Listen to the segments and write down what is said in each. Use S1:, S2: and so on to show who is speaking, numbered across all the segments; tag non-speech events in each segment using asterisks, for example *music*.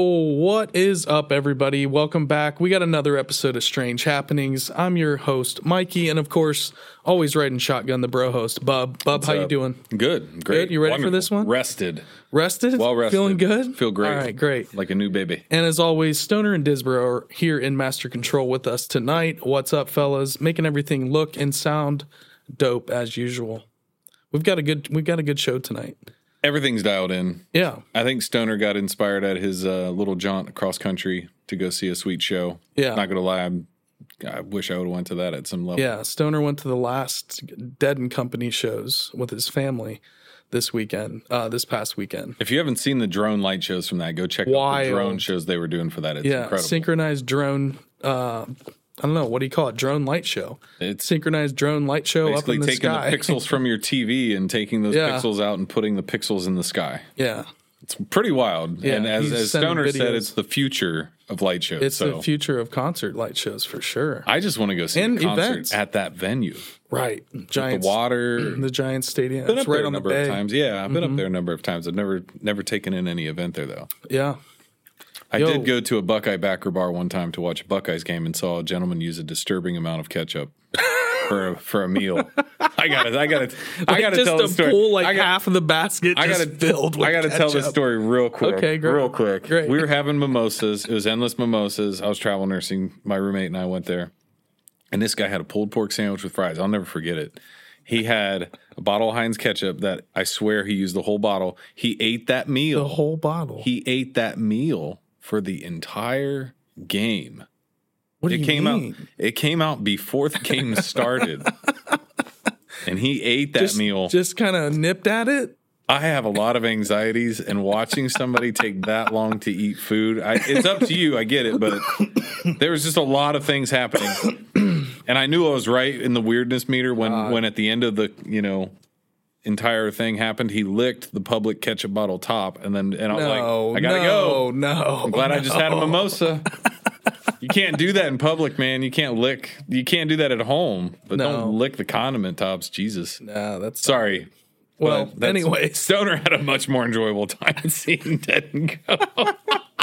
S1: What is up, everybody? Welcome back. We got another episode of Strange Happenings. I'm your host, Mikey, and of course, always riding shotgun, the bro host, Bub. Bub, how you
S2: up?
S1: doing?
S2: Uh, Good, great.
S1: Good? You ready for
S2: Wonderful.
S1: this one?
S2: Rested,
S1: Rested?
S2: well rested.
S1: Feeling good?
S2: Feel great.
S1: All right, great.
S2: Like a new baby.
S1: And as always, Stoner and Disbro are here in Master Control with us tonight. What's up, fellas? Making everything look and sound dope as usual. We've got a good we've got a good show tonight.
S2: Everything's dialed in.
S1: Yeah.
S2: I think Stoner got inspired at his uh, little jaunt across country to go see a sweet show.
S1: Yeah.
S2: Not gonna lie, I'm, I wish I would have went to that at some level.
S1: Yeah, Stoner went to the last Dead and Company shows with his family this weekend, uh, this past weekend.
S2: If you haven't seen the drone light shows from that, go check out
S1: Wild.
S2: the drone shows they were doing for that. It's
S1: Yeah,
S2: incredible.
S1: synchronized drone. Uh, I don't know what do you call it? Drone light show.
S2: It's
S1: Synchronized drone light show up
S2: basically
S1: in the
S2: taking
S1: sky.
S2: the pixels from your TV and taking those
S1: Yeah.
S2: pixels out and putting the pixels in the sky.
S1: yeah,
S2: It's pretty wild.
S1: Yeah,
S2: and as,
S1: he's
S2: as
S1: sending
S2: Stoner said,
S1: videos.
S2: it's the future of light shows.
S1: it's
S2: so.
S1: the future of concert light shows for sure.
S2: I just want to go see
S1: And
S2: a concert
S1: events.
S2: at that venue.
S1: right,
S2: The
S1: Giants,
S2: water.
S1: the Giants Stadium.
S2: been
S1: It's
S2: up
S1: right
S2: there a
S1: on the
S2: number
S1: bay.
S2: of times. Yeah, I've been up there a number of times. I've never never taken in any event there though.
S1: Yeah,
S2: I
S1: Yo.
S2: did go to a Buckeye backer bar one time to watch a Buckeyes game and saw a gentleman use a disturbing amount of ketchup *laughs* for a, for a meal. I got to I got to I got to
S1: just
S2: tell
S1: to
S2: the story.
S1: pull like
S2: I got,
S1: half of the basket.
S2: I gotta
S1: just filled. With
S2: I gotta tell this
S1: ketchup.
S2: story real quick.
S1: Okay, great.
S2: real quick.
S1: Great.
S2: We were having mimosas. It was endless mimosas. I was travel nursing. My roommate and I went there, and this guy had a pulled pork sandwich with fries. I'll never forget it. He had a bottle of Heinz ketchup that I swear he used the whole bottle. He ate that
S1: The
S2: meal.
S1: whole bottle.
S2: He ate that meal for the entire game.
S1: what do
S2: It
S1: you
S2: came
S1: mean?
S2: out. It came out before the
S1: *laughs*
S2: game started. And he ate that
S1: Just-
S2: meal.
S1: Just kind of nipped at it.
S2: I have a lot of anxieties, and watching somebody take that long to eat food, I, it's up to you. I get it, but there was just a lot of things happening, and I knew I was right in the weirdness meter when when at the end of the you know entire thing happened, he licked the public ketchup bottle top, and then and I was
S1: No,
S2: like, I gotta
S1: no,
S2: go.
S1: No,
S2: Glad
S1: *laughs*
S2: I just had a mimosa. You can't do that in public, man. You can't lick. You can't do that at home. But
S1: No.
S2: don't lick the condiment tops. Jesus.
S1: Nah, that's
S2: Sorry,
S1: well.
S2: but that's-
S1: anyways,
S2: *laughs* Stoner had a much more enjoyable time *laughs* seeing Dead and Go.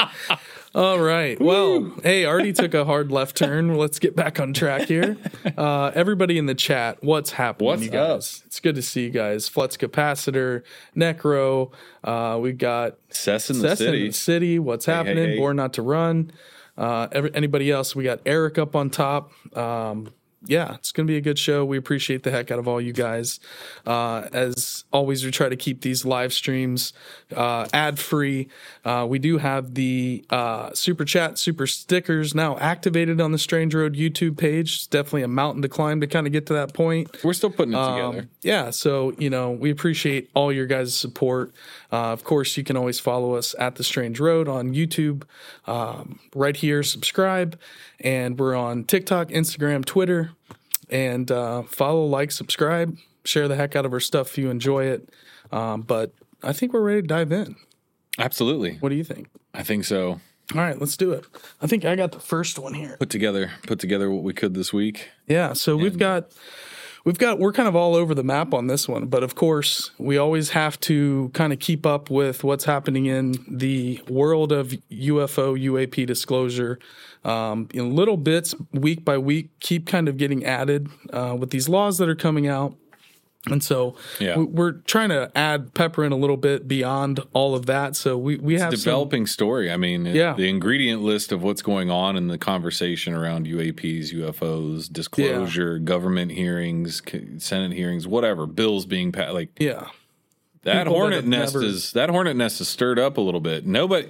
S1: *laughs* all right. Well, hey, already took a hard left turn. Let's get back on track
S2: *laughs*
S1: here. Uh, everybody in the chat, what's happening,
S2: What's
S1: you guys? It's good to see you guys. Flux Capacitor, Necro. Uh, we've got
S2: Cess in the
S1: Sess in
S2: City.
S1: the city. What's happening?
S2: hey.
S1: Born not to run. Uh, every, anybody else? We got Eric up on top. Um, yeah, it's going to be a good show. We appreciate the heck out of all you guys. Uh, as always, we try to keep these live streams uh, ad free. Uh, we do have the uh, super chat, super stickers now activated on the Strange Road YouTube page. It's definitely a mountain to climb to kind of get to that point.
S2: We're still putting it together.
S1: Um, yeah, so you know we appreciate all your guys' support. Uh, of course, you can always follow us at the Strange Road on YouTube, um, right here. Subscribe, and we're on TikTok, Instagram, Twitter, and uh, follow, like, subscribe, share the heck out of our stuff if you enjoy it. Um, but I think we're ready to dive in.
S2: Absolutely.
S1: What do you think?
S2: I think so.
S1: All right, let's do it. I think I got the first one here.
S2: Put together, put together what we could this week.
S1: Yeah, so we've got we've got we're kind of all over the map on this one, but of course, we always have to kind of keep up with what's happening in the world of UFO UAP disclosure. Um, in little bits, week by week, keep kind of getting added uh, with these laws that are coming out. And so
S2: Yeah.
S1: we- we're trying to add pepper in a little bit beyond all of that. So we, we have some-
S2: Developing story. I mean, it-
S1: Yeah.
S2: the ingredient list of what's going on in the conversation around UAPs, UFOs, disclosure, government hearings, c- Senate hearings, whatever, bills being passed. Like
S1: yeah. people
S2: that
S1: that
S2: hornet
S1: have
S2: nest
S1: never-
S2: is that hornet nest is stirred up a little bit. Nobody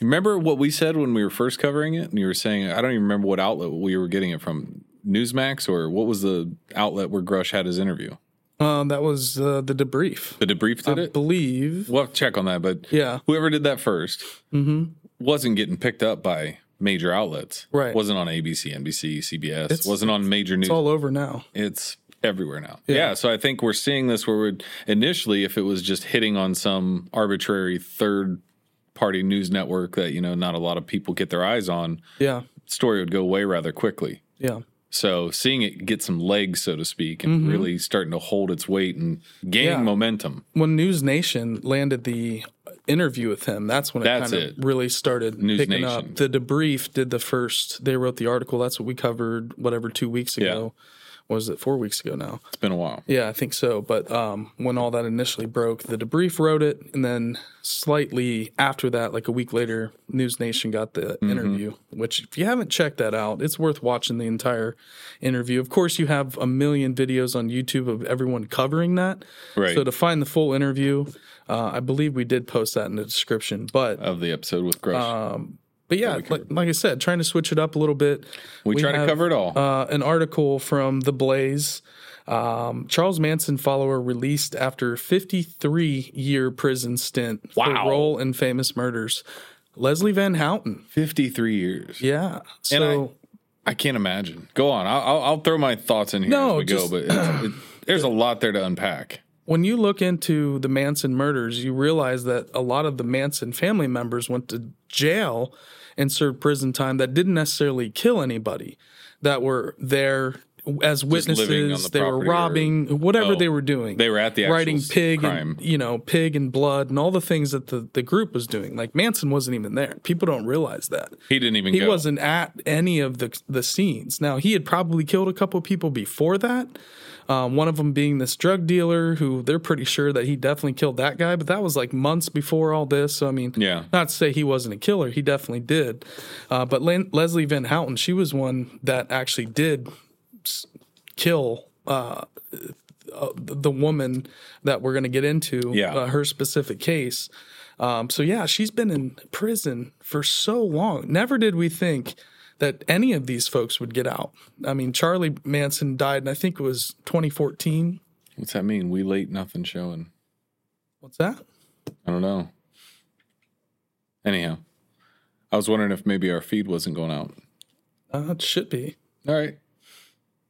S2: remember what we said when we were first covering it, and you were saying I don't even remember what outlet we were getting it from, Newsmax or what was the outlet where Grush had his interview?
S1: Um, that was uh, the debrief.
S2: The debrief did
S1: I
S2: it.
S1: believe.
S2: Well, check on that, but
S1: Yeah.
S2: whoever did that 1st
S1: Mm-hmm.
S2: wasn't getting picked up by major outlets.
S1: Right.
S2: wasn't on ABC, NBC, CBS.
S1: It's-
S2: wasn't on major news
S1: It's all over now.
S2: it's everywhere now. Yeah. So I think we're seeing this where we're initially, if it was just hitting on some arbitrary third party news network that, you know, not a lot of people get their eyes on,
S1: Yeah.
S2: story would go away rather quickly.
S1: Yeah.
S2: So seeing it get some legs, so to speak, and really starting to hold its weight and gain
S1: Mm-hmm. Yeah.
S2: momentum.
S1: when News Nation landed the interview with him, that's when it
S2: That's
S1: kind
S2: it.
S1: of really started
S2: News
S1: picking
S2: Nation.
S1: up. The debrief did the first. They wrote the article. That's what we covered. Whatever two weeks ago, was it four weeks ago now?
S2: It's been a while.
S1: Yeah, I think so. But um, when all that initially broke, the debrief wrote it, and then slightly after that, like a week later, News Nation got the interview. Which, if you haven't checked that out, it's worth watching the entire interview. Of course, you have a million videos on YouTube of everyone covering that.
S2: Right.
S1: So to find the full interview, uh, I believe we did post that in the description. But
S2: Of the episode with Grush.
S1: Uh, but yeah, like, like I said, trying to switch it up a little bit.
S2: we, try to
S1: have-
S2: cover it all.
S1: uh, an article from The Blaze. Um, Charles Manson follower released after 53 year prison stint
S2: Wow.
S1: for role in famous murders. Leslie Van Houten.
S2: 53 years.
S1: Yeah.
S2: And I-
S1: So
S2: I can't imagine. Go on. I'll, I'll, I'll throw my thoughts in here
S1: No,
S2: as we
S1: just-
S2: go, but it's, it, there's a lot there to unpack.
S1: when you look into the Manson murders, you realize that a lot of the Manson family members went to jail and served prison time that didn't necessarily kill anybody, that were there as
S2: living on
S1: witnesses.
S2: the
S1: they were
S2: property or-
S1: robbing, whatever
S2: Oh,
S1: they were doing.
S2: They were at the actual
S1: writing
S2: s-
S1: pig
S2: crime.
S1: and you know pig and blood and all the things that the, the group was doing like manson wasn't even there people don't realize that
S2: he didn't even
S1: he
S2: go.
S1: wasn't at any of the the scenes now he had probably killed a couple people before that um, one of them being this drug dealer who they're pretty sure that he definitely killed that guy but that was like months before all this so i mean
S2: Yeah.
S1: not to say he wasn't a killer he definitely did uh, but Len- leslie van houten she was one that actually did s- kill uh, the woman that we're going to get into,
S2: Yeah.
S1: uh, her specific case. Um, so yeah, she's been in prison for so long. Never did we think that any of these folks would get out. I mean, Charlie Manson died, and I think it was 2014.
S2: What's that mean? We late, nothing showing.
S1: What's that?
S2: I don't know. Anyhow, I was wondering if maybe our feed wasn't going out.
S1: Uh, it should be.
S2: All right.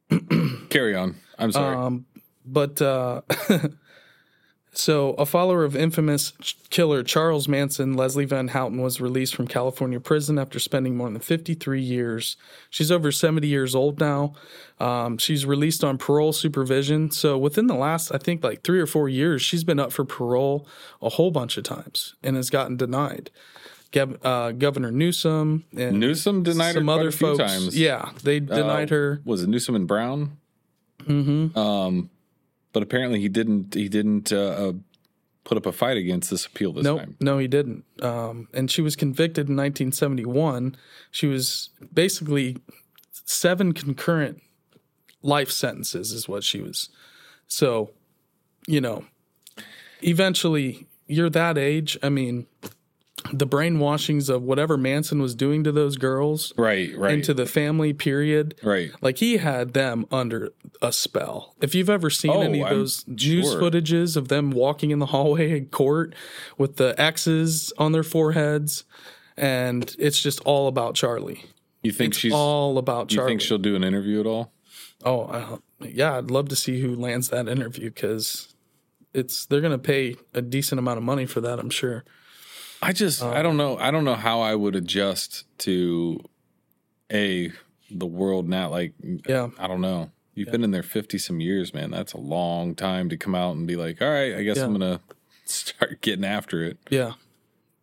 S2: *clears throat* Carry on. I'm sorry.
S1: Um, but uh, *laughs* so a follower of infamous ch- killer Charles Manson, Leslie Van Houten, was released from California prison after spending more than 53 years. She's over 70 years old now. Um, she's released on parole supervision. So within the last, I think, like three or four years, she's been up for parole a whole bunch of times and has gotten denied. Gov- uh, Governor Newsom and
S2: Newsom denied
S1: some
S2: her
S1: other
S2: other a few
S1: folks,
S2: times. Uh,
S1: yeah, they denied her.
S2: Was it Newsom and Brown? Mm-hmm. Um, but apparently he didn't. He didn't uh, uh, put up a fight against this appeal this
S1: Nope.
S2: time.
S1: No, he didn't. Um, and she was convicted in 1971. She was basically seven concurrent life sentences, is what she was. So, you know, eventually you're that age. I mean, the brainwashings of whatever Manson was doing to those girls
S2: Right. Right.
S1: and to the family, period.
S2: right.
S1: Like he had them under a spell. If you've ever seen
S2: Oh,
S1: any of
S2: I'm
S1: those news
S2: sure.
S1: footages of them walking in the hallway in court with the X's on their foreheads, and it's just all about Charlie.
S2: You think she's?
S1: All about
S2: you
S1: Charlie.
S2: think she'll do an interview at all?
S1: oh, I, yeah. I'd love to see who lands that interview because it's they're gonna pay a decent amount of money for that. I'm sure.
S2: I just I
S1: Um,
S2: don't know I don't know how I would adjust to a the world now like
S1: Yeah.
S2: I don't know. You've been in there 50 some years, man. That's a long time to come out and be like, "All right, I guess
S1: Yeah.
S2: I'm going to *laughs* start getting after it."
S1: Yeah.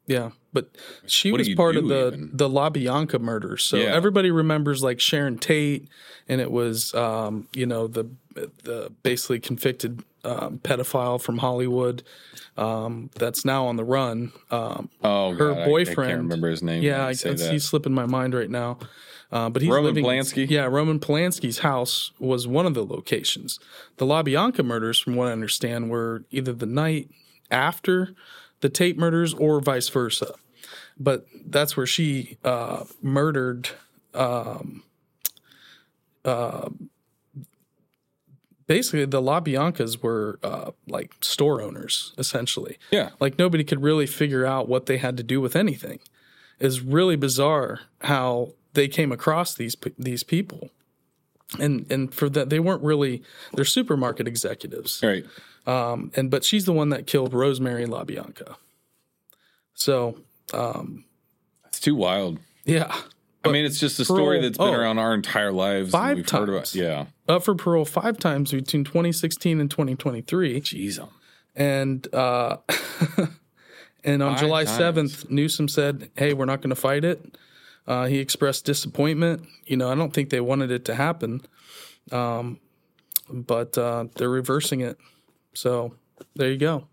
S1: Yeah. But she
S2: What do
S1: was
S2: you
S1: part of
S2: do
S1: the
S2: even?
S1: the LaBianca murder. So
S2: Yeah.
S1: everybody remembers like Sharon Tate and it was um, you know, the the basically convicted um, pedophile from Hollywood um, that's now on the run. Um,
S2: Oh,
S1: Her
S2: God, I- I,
S1: boyfriend-
S2: can't remember his name.
S1: yeah,
S2: I
S1: I,
S2: say
S1: it's-
S2: that.
S1: he's slipping my mind right now. Uh, but he's
S2: Roman
S1: living,
S2: Polanski?
S1: Yeah, Roman Polanski's house was one of the locations. The LaBianca murders, from what I understand, were either the night after the Tate murders or vice versa. But that's where she uh, murdered. Um, uh, basically, the LaBiancas were uh, like store owners, essentially
S2: yeah.
S1: like nobody could really figure out what they had to do with anything. It's really bizarre how they came across these p- these people, and and for that they weren't really they're supermarket executives.
S2: All right.
S1: Um, and but she's the one that killed Rosemary LaBianca. So
S2: It's too wild.
S1: yeah,
S2: I mean, it's just a story
S1: Pearl-
S2: that's been
S1: oh.
S2: around our entire lives. and
S1: Five
S2: we've Heard about,
S1: times.
S2: yeah.
S1: up for parole five times between 2016 and 2023.
S2: Jeez. um,
S1: And uh, *laughs* and on
S2: Five
S1: July
S2: times.
S1: 7th, Newsom said, "Hey, we're not going to fight it." Uh, he expressed disappointment. You know, I don't think they wanted it to happen, um, but uh, they're reversing it. So there you go.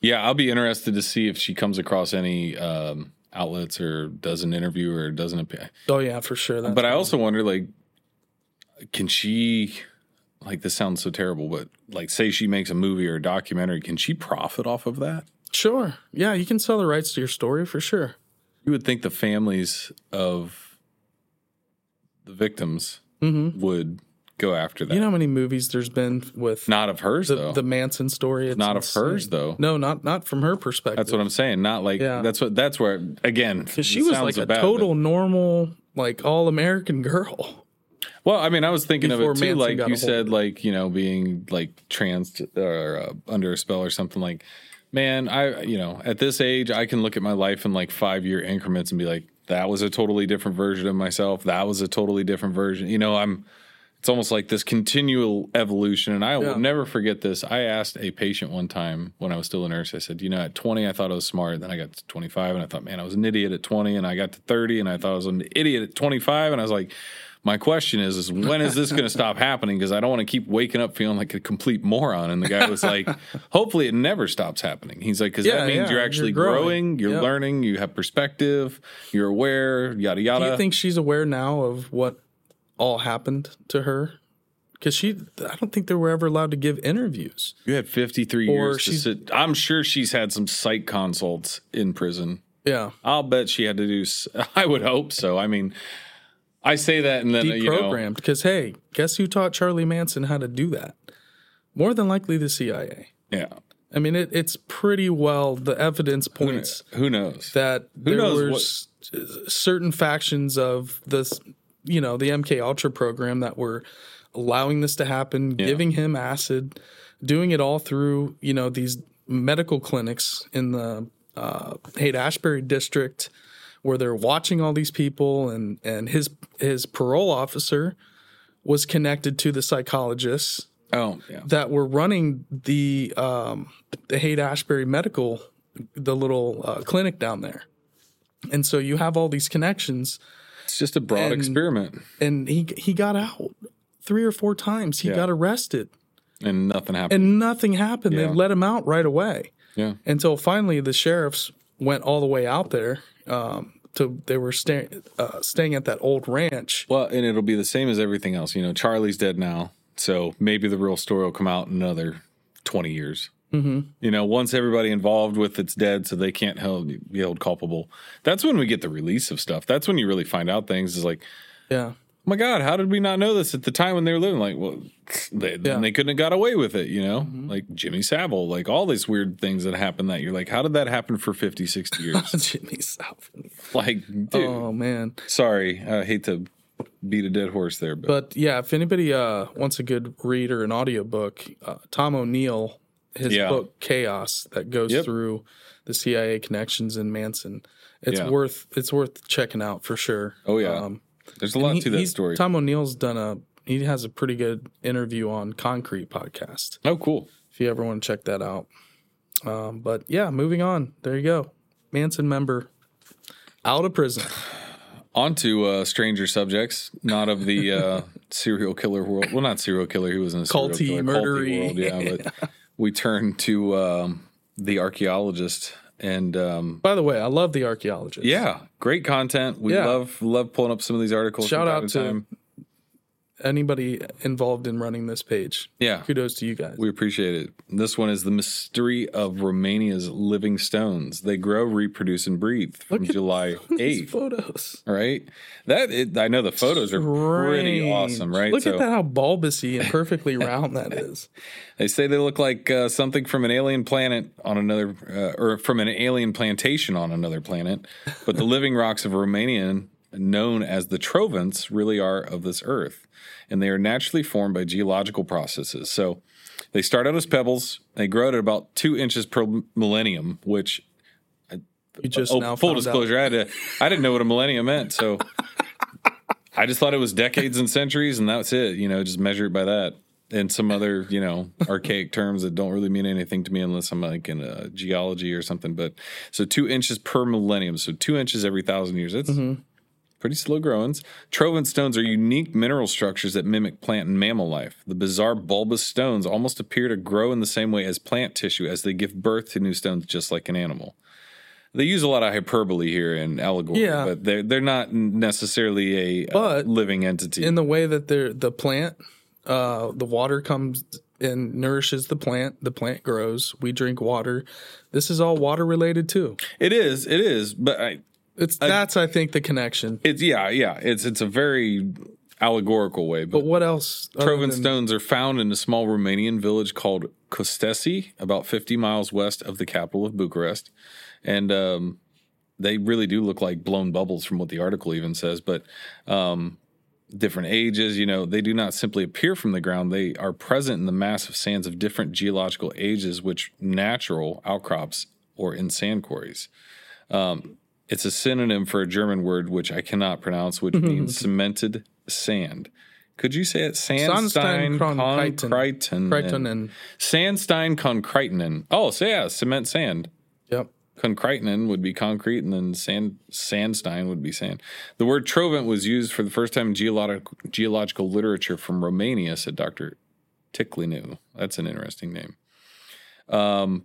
S2: Yeah, I'll be interested to see if she comes across any um, outlets or does an interview or doesn't appear.
S1: Oh yeah, for sure. That's
S2: But I also wonder, like, can she? Like this sounds so terrible, but like, say she makes a movie or a documentary, can she profit off of that?
S1: sure. Yeah, you can sell the rights to your story for sure.
S2: You would think the families of the victims would go after that.
S1: Mm-hmm. You know how many movies there's been with
S2: not of hers though.
S1: the Manson story? It's
S2: not of
S1: insane.
S2: hers though.
S1: No, not not from her perspective.
S2: That's what I'm saying. Not like
S1: Yeah.
S2: that's what that's where again.
S1: Because she was like a total normal, like all American *laughs* girl.
S2: well, I mean, I was thinking of it
S1: Before
S2: too.
S1: Manson
S2: like
S1: got
S2: you
S1: a hold
S2: said, like you know, being like trans or uh, under a spell or something. Like, man, I you know, at this age, I can look at my life in like five year increments and be like, that was a totally different version of myself. That was a totally different version. You know, I'm. It's almost like this continual evolution, and I
S1: Yeah.
S2: will never forget this. I asked a patient one time when I was still a nurse. I said, "You know, at 20, I thought I was smart. Then I got to 25, and I thought, man, I was an idiot at 20. And I got to 30, and I thought I was an idiot at 25. And I was like, my question is, is when is this going to stop happening? Because I don't want to keep waking up feeling like a complete moron. And the guy
S1: *laughs*
S2: was like, hopefully, it never stops happening. He's like, because
S1: Yeah,
S2: that means
S1: yeah,
S2: you're actually
S1: you're growing.
S2: growing, you're
S1: Yep.
S2: learning, you have perspective, you're aware, yada
S1: Do
S2: yada.
S1: you think she's aware now of what all happened to her? Because she, I don't think they were ever allowed to give interviews.
S2: You had 53
S1: Or
S2: years to
S1: she's-
S2: sit. I'm sure she's had some psych consults in prison.
S1: Yeah,
S2: I'll bet she had to do, s- *laughs* I would hope so. I mean, I say that and then, you know,
S1: deprogrammed. Because hey, guess who taught Charlie Manson how to do that? More than likely, the CIA.
S2: yeah,
S1: I mean, it, it's pretty well the evidence points
S2: who knows?
S1: that there
S2: knows
S1: were
S2: what-
S1: s- certain factions of this, you know, the MK Ultra program that were allowing this to happen, giving him acid, doing it all through, you know, these medical clinics in the uh, Haight Ashbury district, where they're watching all these people, and and his his parole officer was connected to the psychologists
S2: Oh, yeah.
S1: that were running the um, the Haight Ashbury Medical, the little uh, clinic down there. And so you have all these connections,
S2: It's just a broad
S1: And-
S2: experiment
S1: and he he got out three or four times. He
S2: Yeah.
S1: got arrested,
S2: and nothing happened.
S1: and nothing happened. They
S2: Yeah.
S1: let him out right away
S2: yeah.
S1: until finally the sheriffs went all the way out there. Um, to they were staying uh, staying at that old ranch.
S2: Well, and it'll be the same as everything else. You know, Charlie's dead now, so maybe the real story will come out in another twenty years. Mm-hmm. You know, once everybody involved with it's dead, so they can't held, be held culpable. That's when we get the release of stuff. That's when you really find out things. Is like,
S1: Yeah, *laughs*
S2: oh my God, how did we not know this at the time when they were living? Like, well, they, then they couldn't have got away with it. You know,
S1: Mm-hmm.
S2: like Jimmy Savile, like all these weird things that happened that you're like, how did that happen for 50,
S1: *laughs*
S2: 60 years?
S1: Jimmy Salvin.
S2: like, dude,
S1: Oh man,
S2: sorry, I hate to beat a dead horse there, but
S1: But yeah, if anybody uh, wants a good read or an audiobook, uh, Tom O'Neill, his
S2: Yeah.
S1: book Chaos that goes
S2: Yep.
S1: through the CIA connections in Manson, it's
S2: Yeah.
S1: worth it's worth checking out for sure. Um,
S2: Oh, yeah. there's a lot
S1: he-
S2: to that
S1: he's-
S2: story.
S1: Tom O'Neill's done a he has a pretty good interview on Concrete podcast.
S2: Oh, cool.
S1: If you ever want to check that out. Um, but yeah, moving on. There you go. Manson member out of prison.
S2: On to uh, stranger subjects, not of the uh, *laughs* serial killer world. Well, not serial killer. He was in a serial
S1: Culty,
S2: killer,
S1: murdery.
S2: yeah,
S1: *laughs*
S2: but we turn to um, the archaeologist, and um,
S1: By the way, I love the archaeologist.
S2: yeah, great content. We
S1: Yeah.
S2: love love pulling up some of these articles. from
S1: Shout
S2: time
S1: out to- Anybody involved in running this page.
S2: yeah.
S1: Kudos to you guys.
S2: We appreciate it. This one is the mystery of Romania's living stones. They grow, reproduce, and breed from
S1: *laughs* Look at *laughs*
S2: July
S1: These
S2: eighth.
S1: photos.
S2: Right? That it, I know the photos are pretty
S1: Strange.
S2: awesome, right?
S1: Look at that, how bulbousy and perfectly round
S2: *laughs*
S1: that is.
S2: They say they look like uh, something from an alien planet on another, uh, or from an alien plantation on another planet. But the living rocks of Romania, known as the Trovants, really are of this earth, and they are naturally formed by geological processes. So they start out as pebbles. They grow to about two inches per millennium, which
S1: You just
S2: oh,
S1: now
S2: full
S1: found out.
S2: disclosure, I had to, I didn't know what a millennium meant, so I just thought it was decades and centuries, and that's it. You know, just measure it by that and some other you know archaic terms that don't really mean anything to me unless I'm like in uh, geology or something. But so two inches per millennium, so two inches every thousand years. That's
S1: Mm-hmm.
S2: pretty slow growings. Trovan stones are unique mineral structures that mimic plant and mammal life. The bizarre bulbous stones almost appear to grow in the same way as plant tissue as they give birth to new stones, just like an animal. They use a lot of hyperbole here and allegory,
S1: Yeah.
S2: but they're they're not necessarily a uh,
S1: But
S2: living entity.
S1: in the way that the the plant, uh, the water comes and nourishes the plant. The plant grows. We drink water. This is all water related too.
S2: it is, it is, but I,
S1: It's that's I think the connection.
S2: It's yeah, yeah. It's it's a very allegorical way, but,
S1: But what else? other
S2: Trovan
S1: than-
S2: stones are found in a small Romanian village called Costesi, about 50 miles west of the capital of Bucharest, and um, they really do look like blown bubbles from what the article even says. But um, different ages, you know, they do not simply appear from the ground; they are present in the massive sands of different geological ages, which natural outcrops or in sand quarries Um, it's a synonym for a German word which I cannot pronounce, which means cemented sand. Could you say it? Sandstein
S1: Sandsteinkonkreiten.
S2: Konkreiten.
S1: Crichtonen.
S2: Sandstein Konkreitenen. Oh, so yeah, cement sand.
S1: Yep.
S2: Konkreitenen would be concrete, and then sand, sandstein would be sand. The word trovant was used for the first time in geologic, geological literature from Romania, said Dr. Ticlinu. That's an interesting name. Um,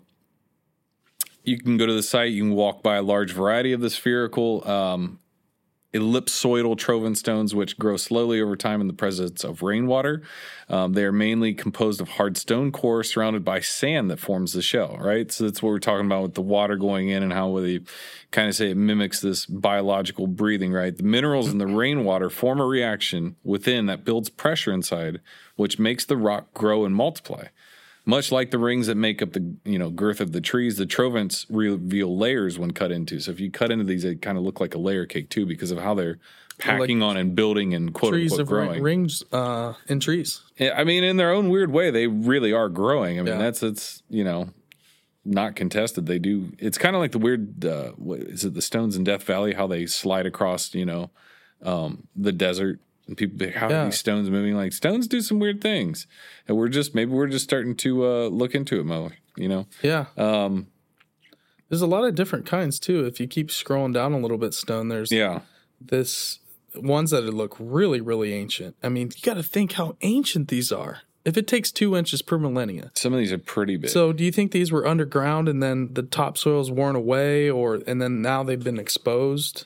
S2: You can go to the site. You can walk by a large variety of the spherical, um, ellipsoidal trovan stones, which grow slowly over time in the presence of rainwater. Um, they are mainly composed of hard stone core surrounded by sand that forms the shell. Right, so that's what we're talking about with the water going in and how they kind of say it mimics this biological breathing. Right, the minerals in the rainwater form a reaction within that builds pressure inside, which makes the rock grow and multiply. Much like the rings that make up the you know girth of the trees, the trovants reveal layers when cut into. So if you cut into these, they kind of look like a layer cake too, because of how they're packing on and building and quote
S1: Trees
S2: unquote
S1: of ri-
S2: growing.
S1: rings uh, and trees.
S2: Yeah, I mean, in their own weird way, they really are growing. I mean,
S1: Yeah.
S2: that's it's you know not contested. They do. It's kind of like the weird. Uh, what is it? The stones in Death Valley, how they slide across you know um, the desert. And people, be like, how are
S1: Yeah.
S2: these stones moving? Like stones do some weird things, and we're just maybe we're just starting to uh, look into it more. You know,
S1: Yeah.
S2: um,
S1: There's a lot of different kinds too. If you keep scrolling down a little bit, Stone, there's
S2: yeah,
S1: this ones that look really, really ancient. I mean, you got to think how ancient these are. If it takes two inches per millennia,
S2: some of these are pretty big.
S1: so do you think these were underground and then the topsoil's worn away, or and then now they've been exposed,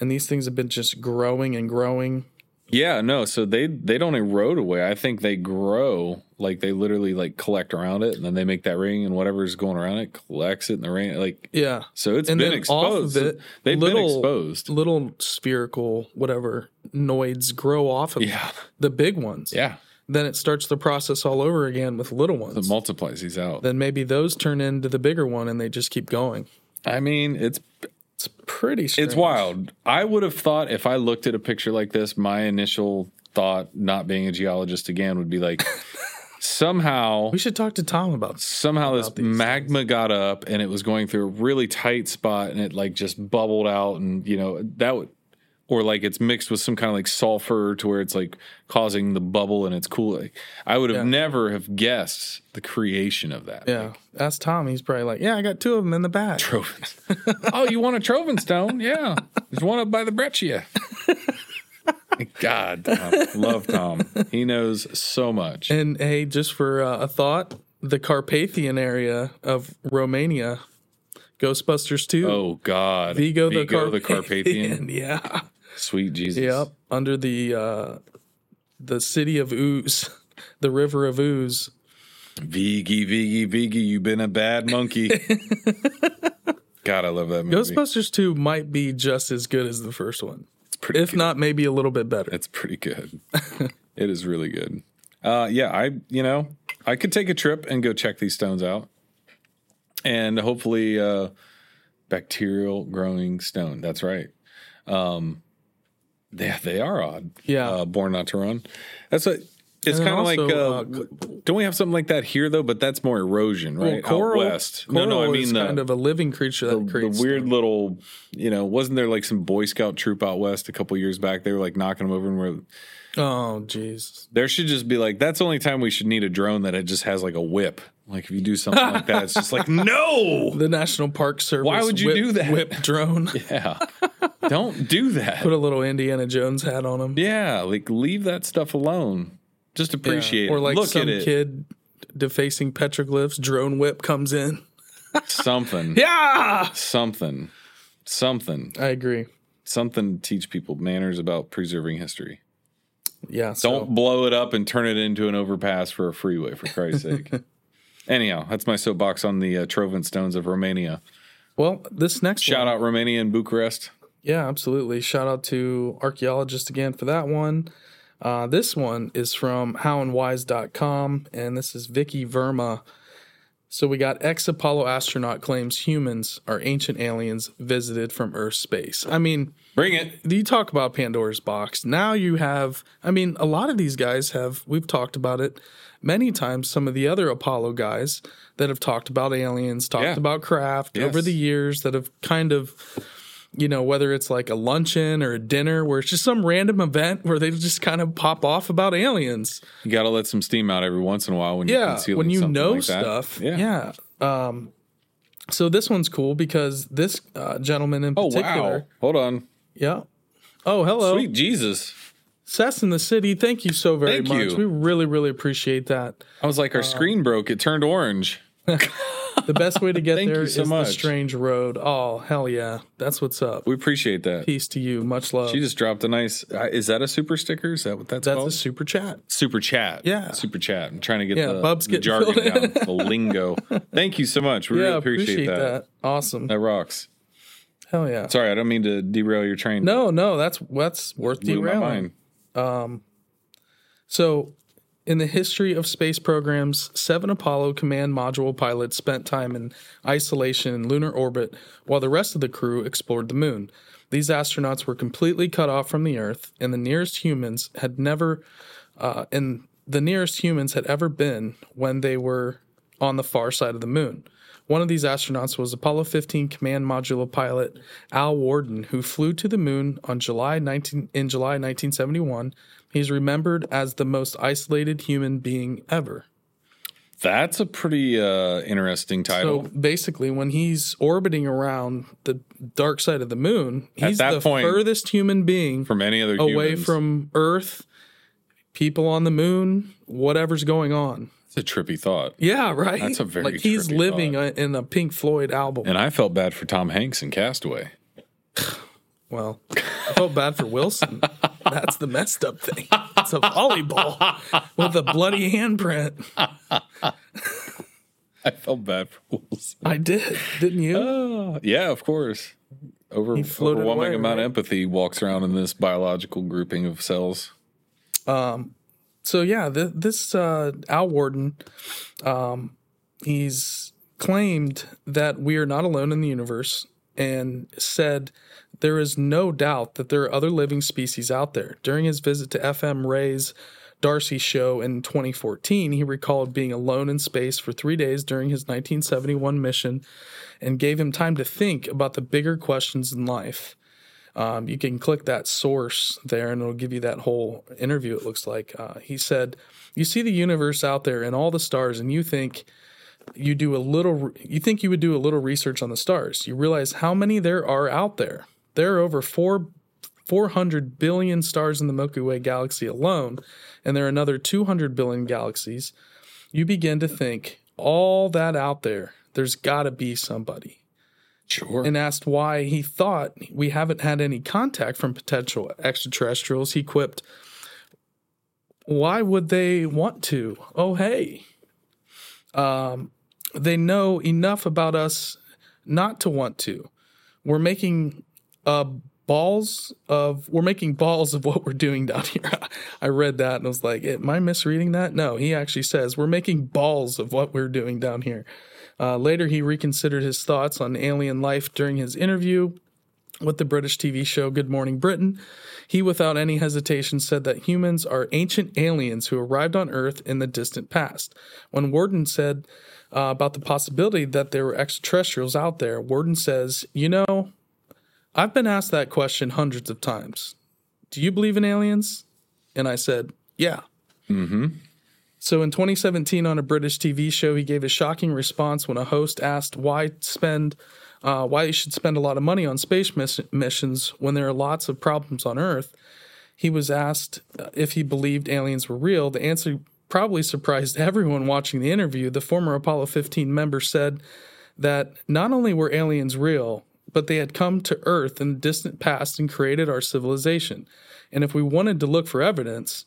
S1: and these things have been just growing and growing?
S2: Yeah, no. So they they don't erode away. I think they grow. Like they literally like collect around it, and then they make that ring, and whatever's going around it collects it in the rain. Like
S1: Yeah,
S2: so, it's
S1: And
S2: been
S1: then off
S2: exposed.
S1: of it,
S2: They've been
S1: little-
S2: exposed.
S1: little spherical whatever noids grow off of
S2: Yeah,
S1: the big ones.
S2: yeah.
S1: Then it starts the process all over again with little ones.
S2: It multiplies these out.
S1: then maybe those turn into the bigger one and they just keep going.
S2: I mean, it's
S1: It's pretty strange.
S2: it's wild. I would have thought if I looked at a picture like this, my initial thought, not being a geologist again, would be like
S1: *laughs*
S2: somehow
S1: We should talk to Tom about this.
S2: somehow this magma got up and it was going through a really tight spot and it like just bubbled out and you know that would or like it's mixed with some kind of like sulfur to where it's like causing the bubble and it's cooling. I would have never have guessed the creation of that.
S1: Yeah. Ask Tom. He's probably like, yeah, I got two of them in the back.
S2: Trovans.
S1: *laughs*
S2: oh, you want a Trovan stone? Yeah. There's one up by the breccia.
S1: *laughs*
S2: God, Tom. love Tom. He knows so much.
S1: And hey, just for uh, a thought, the Carpathian area of Romania, Ghostbusters 2.
S2: Oh God,
S1: Vigo, the,
S2: Vigo the
S1: Carpathian. *laughs*
S2: Carpathian.
S1: Yeah.
S2: Sweet Jesus.
S1: Yep. Under the uh, the city of Ooze, *laughs* the river of Ooze.
S2: Viggy, Viggy, Viggy, you've been a
S1: *laughs*
S2: bad monkey. God, I love that movie.
S1: Ghostbusters 2 might be just as good as the first one.
S2: it's pretty
S1: If
S2: good.
S1: not, maybe a little bit better.
S2: it's pretty good. it is really good. Uh, yeah, I you know I could take a trip and go check these stones out, and hopefully uh, bacterial growing stone. That's right. Um, they they are Uh, odd.
S1: Yeah.
S2: uh, born not to run. That's what it's
S1: And then
S2: kind of like
S1: also,
S2: uh,
S1: uh,
S2: don't we have something like that here though? But that's more erosion, right? Out west.
S1: coral
S2: no, no, I
S1: is
S2: mean uh, the,
S1: kind of a living creature that
S2: the
S1: creates
S2: weird little. You know, wasn't there like some Boy Scout troop out west a couple years back? They were like knocking them over, and we're
S1: Oh, jeez.
S2: there should just be like that's the only time we should need a drone that it just has like a whip. Like if you do something like that, it's
S1: *laughs*
S2: just like no,
S1: The National Park Service.
S2: Why would you
S1: whip-
S2: do that?
S1: Whip
S2: *laughs*
S1: drone.
S2: yeah, don't do that.
S1: Put a little Indiana Jones hat on him.
S2: Yeah, like leave that stuff alone. Just appreciate it.
S1: Or like
S2: Look
S1: some
S2: at it.
S1: kid defacing petroglyphs. Drone whip comes in.
S2: Something,
S1: Yeah,
S2: something, something,
S1: I agree.
S2: something. to Teach people manners about preserving history.
S1: Yeah. so-
S2: Don't blow it up and turn it into an overpass for a freeway, for
S1: *laughs*
S2: Christ's sake. Anyhow, that's my soapbox on the uh, Trovan stones of Romania.
S1: Well, this next
S2: Shout
S1: one,
S2: out Romania and Bucharest.
S1: yeah, absolutely. Shout out to archaeologist again for that one. Uh, this one is from howandwise.com, and this is Vicky Verma. So we got ex Apollo astronaut claims humans are ancient aliens visited from Earth space. I mean,
S2: Bring it.
S1: you talk about Pandora's box. Now you have, I mean, a lot of these guys have, we've talked about it many times. Some of the other Apollo guys that have talked about aliens, talked
S2: Yeah.
S1: about craft over
S2: Yes.
S1: the years that have kind of, you know, whether it's like a luncheon or a dinner where it's just some random event where they just kind of pop off about aliens.
S2: You got to let some steam out every once in a while when you're
S1: Yeah.
S2: concealing
S1: When you
S2: something
S1: know
S2: like that.
S1: stuff.
S2: Yeah.
S1: Yeah. Um, so this one's cool because this uh, gentleman in
S2: Oh
S1: particular.
S2: wow! Hold on,
S1: Yeah. Oh, hello.
S2: sweet Jesus!
S1: Sess in the City, thank you so very
S2: Thank
S1: much.
S2: you.
S1: We really, really appreciate that.
S2: I was like,
S1: Uh,
S2: our screen broke. It turned orange.
S1: The best
S2: *laughs*
S1: way to get
S2: Thank
S1: there
S2: you
S1: is
S2: so
S1: the
S2: much.
S1: strange road. Oh, hell yeah. That's what's up.
S2: We appreciate that.
S1: Peace to you. Much love.
S2: She just dropped a nice. Uh, is that a super sticker? Is that what that's,
S1: That's
S2: called?
S1: a super chat.
S2: super chat.
S1: Yeah.
S2: super chat. I'm trying to get
S1: Yeah,
S2: the,
S1: Bub's
S2: the
S1: getting
S2: jargon
S1: filled in.
S2: down,
S1: *laughs*
S2: the lingo. Thank you so much. We
S1: Yeah,
S2: really appreciate, that. that.
S1: Awesome.
S2: rocks.
S1: Hell yeah.
S2: Sorry, I don't mean to derail your train.
S1: No, no, that's that's worth
S2: Blew my
S1: derailing.
S2: mind.
S1: So, in the history of space programs, seven Apollo command module pilots spent time in isolation in lunar orbit while the rest of the crew explored the moon. These astronauts were completely cut off from the Earth, and the nearest humans had never, uh, and the nearest humans had ever been when they were on the far side of the moon. One of these astronauts was Apollo 15 command module pilot Al Warden, who flew to the moon on July 19, in July 1971. He's remembered as the most isolated human being ever.
S2: That's a pretty uh, interesting
S1: So
S2: title.
S1: basically, when he's orbiting around the dark side of the moon, he's
S2: that
S1: the
S2: point-
S1: furthest human being
S2: from any other
S1: away
S2: humans.
S1: from Earth, people on the moon, whatever's going on.
S2: It's a trippy thought.
S1: Yeah, right.
S2: That's a very
S1: like he's
S2: trippy
S1: living a, in a Pink Floyd album.
S2: And I felt bad for Tom Hanks in Castaway. *laughs*
S1: Well, I felt bad for
S2: *laughs*
S1: Wilson. That's the messed up thing. It's a volleyball with a bloody handprint.
S2: I felt bad for Wilson.
S1: I did, didn't you?
S2: Ah, yeah, of course. Over,
S1: floated
S2: overwhelming
S1: away,
S2: amount
S1: right?
S2: of empathy walks around in this biological grouping of cells.
S1: so yeah, th- this uh, Al Warden, um, he's claimed that we are not alone in the universe, and said there is no doubt that there are other living species out there. During his visit to FM Ray's Darcy show in 2014, he recalled being alone in space for three days during his 1971 mission, and gave him time to think about the bigger questions in life. Um, you can click that source there and it'll give you that whole interview, it looks like. Uh, he said, You see the universe out there and all the stars, and you think you do a little you think you would do a little research on the stars you realize how many there are out there there are over 4 400 billion stars in the milky way galaxy alone and there are another 200 billion galaxies you begin to think all that out there there's got to be somebody
S2: Sure.
S1: and asked why he thought we haven't had any contact from potential extraterrestrials, he quipped, Why would they want to? Oh, hey. Um, they know enough about us not to want to. We're making uh, balls of we're making balls of what we're doing down *laughs* here. I read that and was like, am I misreading that? No, he actually says we're making balls of what we're doing down here. Uh, later, he reconsidered his thoughts on alien life during his interview with the British TV show Good Morning Britain. He, without any hesitation, said that humans are ancient aliens who arrived on Earth in the distant past. When Warden said uh, about the possibility that there were extraterrestrials out there, Warden says, You know, I've been asked that question hundreds of times. Do you believe in aliens? And I said, Yeah. So in 2017, on a British TV show, he gave a shocking response when a host asked why spend, uh, why you should spend a lot of money on space miss- missions when there are lots of problems on Earth. He was asked uh, if he believed aliens were real. The answer probably surprised *laughs* everyone watching the interview. The former Apollo 15 member said that not only were aliens real, but they had come to Earth in the distant past and created our civilization. And if we wanted to look for evidence,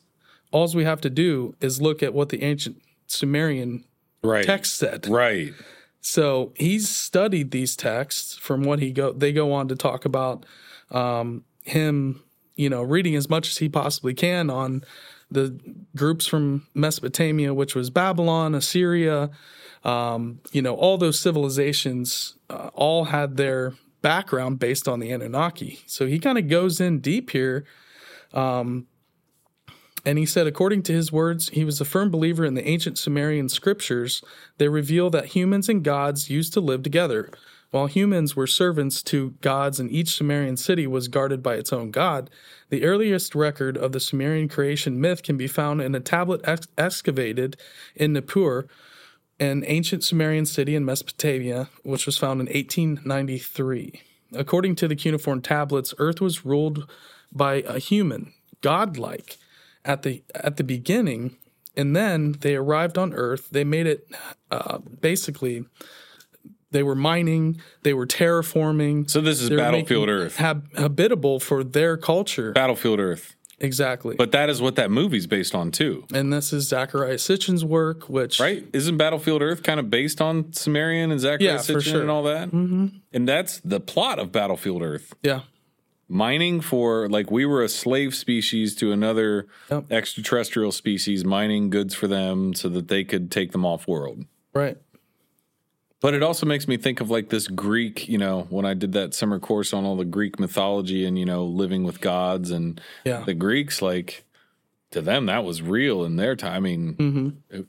S1: all we have to do is look at what the ancient Sumerian
S2: Right.
S1: text said.
S2: Right.
S1: So he's studied these texts from what he go they go on to talk about um, him, you know, reading as much as he possibly can on the groups from Mesopotamia, which was Babylon, Assyria, um, you know, all those civilizations uh, all had their background based on the Anunnaki. So he kind of goes in deep here. And he said, according to his words, he was a firm believer in the ancient Sumerian scriptures. They reveal that humans and gods used to live together. While humans were servants to gods and each Sumerian city was guarded by its own god, the earliest record of the Sumerian creation myth can be found in a tablet ex- excavated in Nippur, an ancient Sumerian city in Mesopotamia, which was found in 1893. According to the cuneiform tablets, Earth was ruled by a human, godlike, at the at the beginning, and then they arrived on Earth. They made it uh, basically. They were mining. They were terraforming.
S2: So this is
S1: they were
S2: Battlefield
S1: making
S2: Earth.
S1: hab- habitable for their culture.
S2: Battlefield Earth.
S1: Exactly.
S2: But that is what that movie's based on too.
S1: and this is Zachariah Sitchin's work, which
S2: Right? Isn't Battlefield Earth kind of based on Sumerian and Zachariah
S1: Yeah, for
S2: Sitchin
S1: sure.
S2: and all that? Mm-hmm. And that's the plot of Battlefield Earth.
S1: yeah,
S2: Mining for like we were a slave species to another
S1: Yep.
S2: extraterrestrial species, mining goods for them so that they could take them off world.
S1: right,
S2: But it also makes me think of like this Greek, you know, when I did that summer course on all the Greek mythology and, you know, living with gods and
S1: yeah,
S2: the Greeks, like to them, that was real in their time. I mean,
S1: Mm-hmm.
S2: it-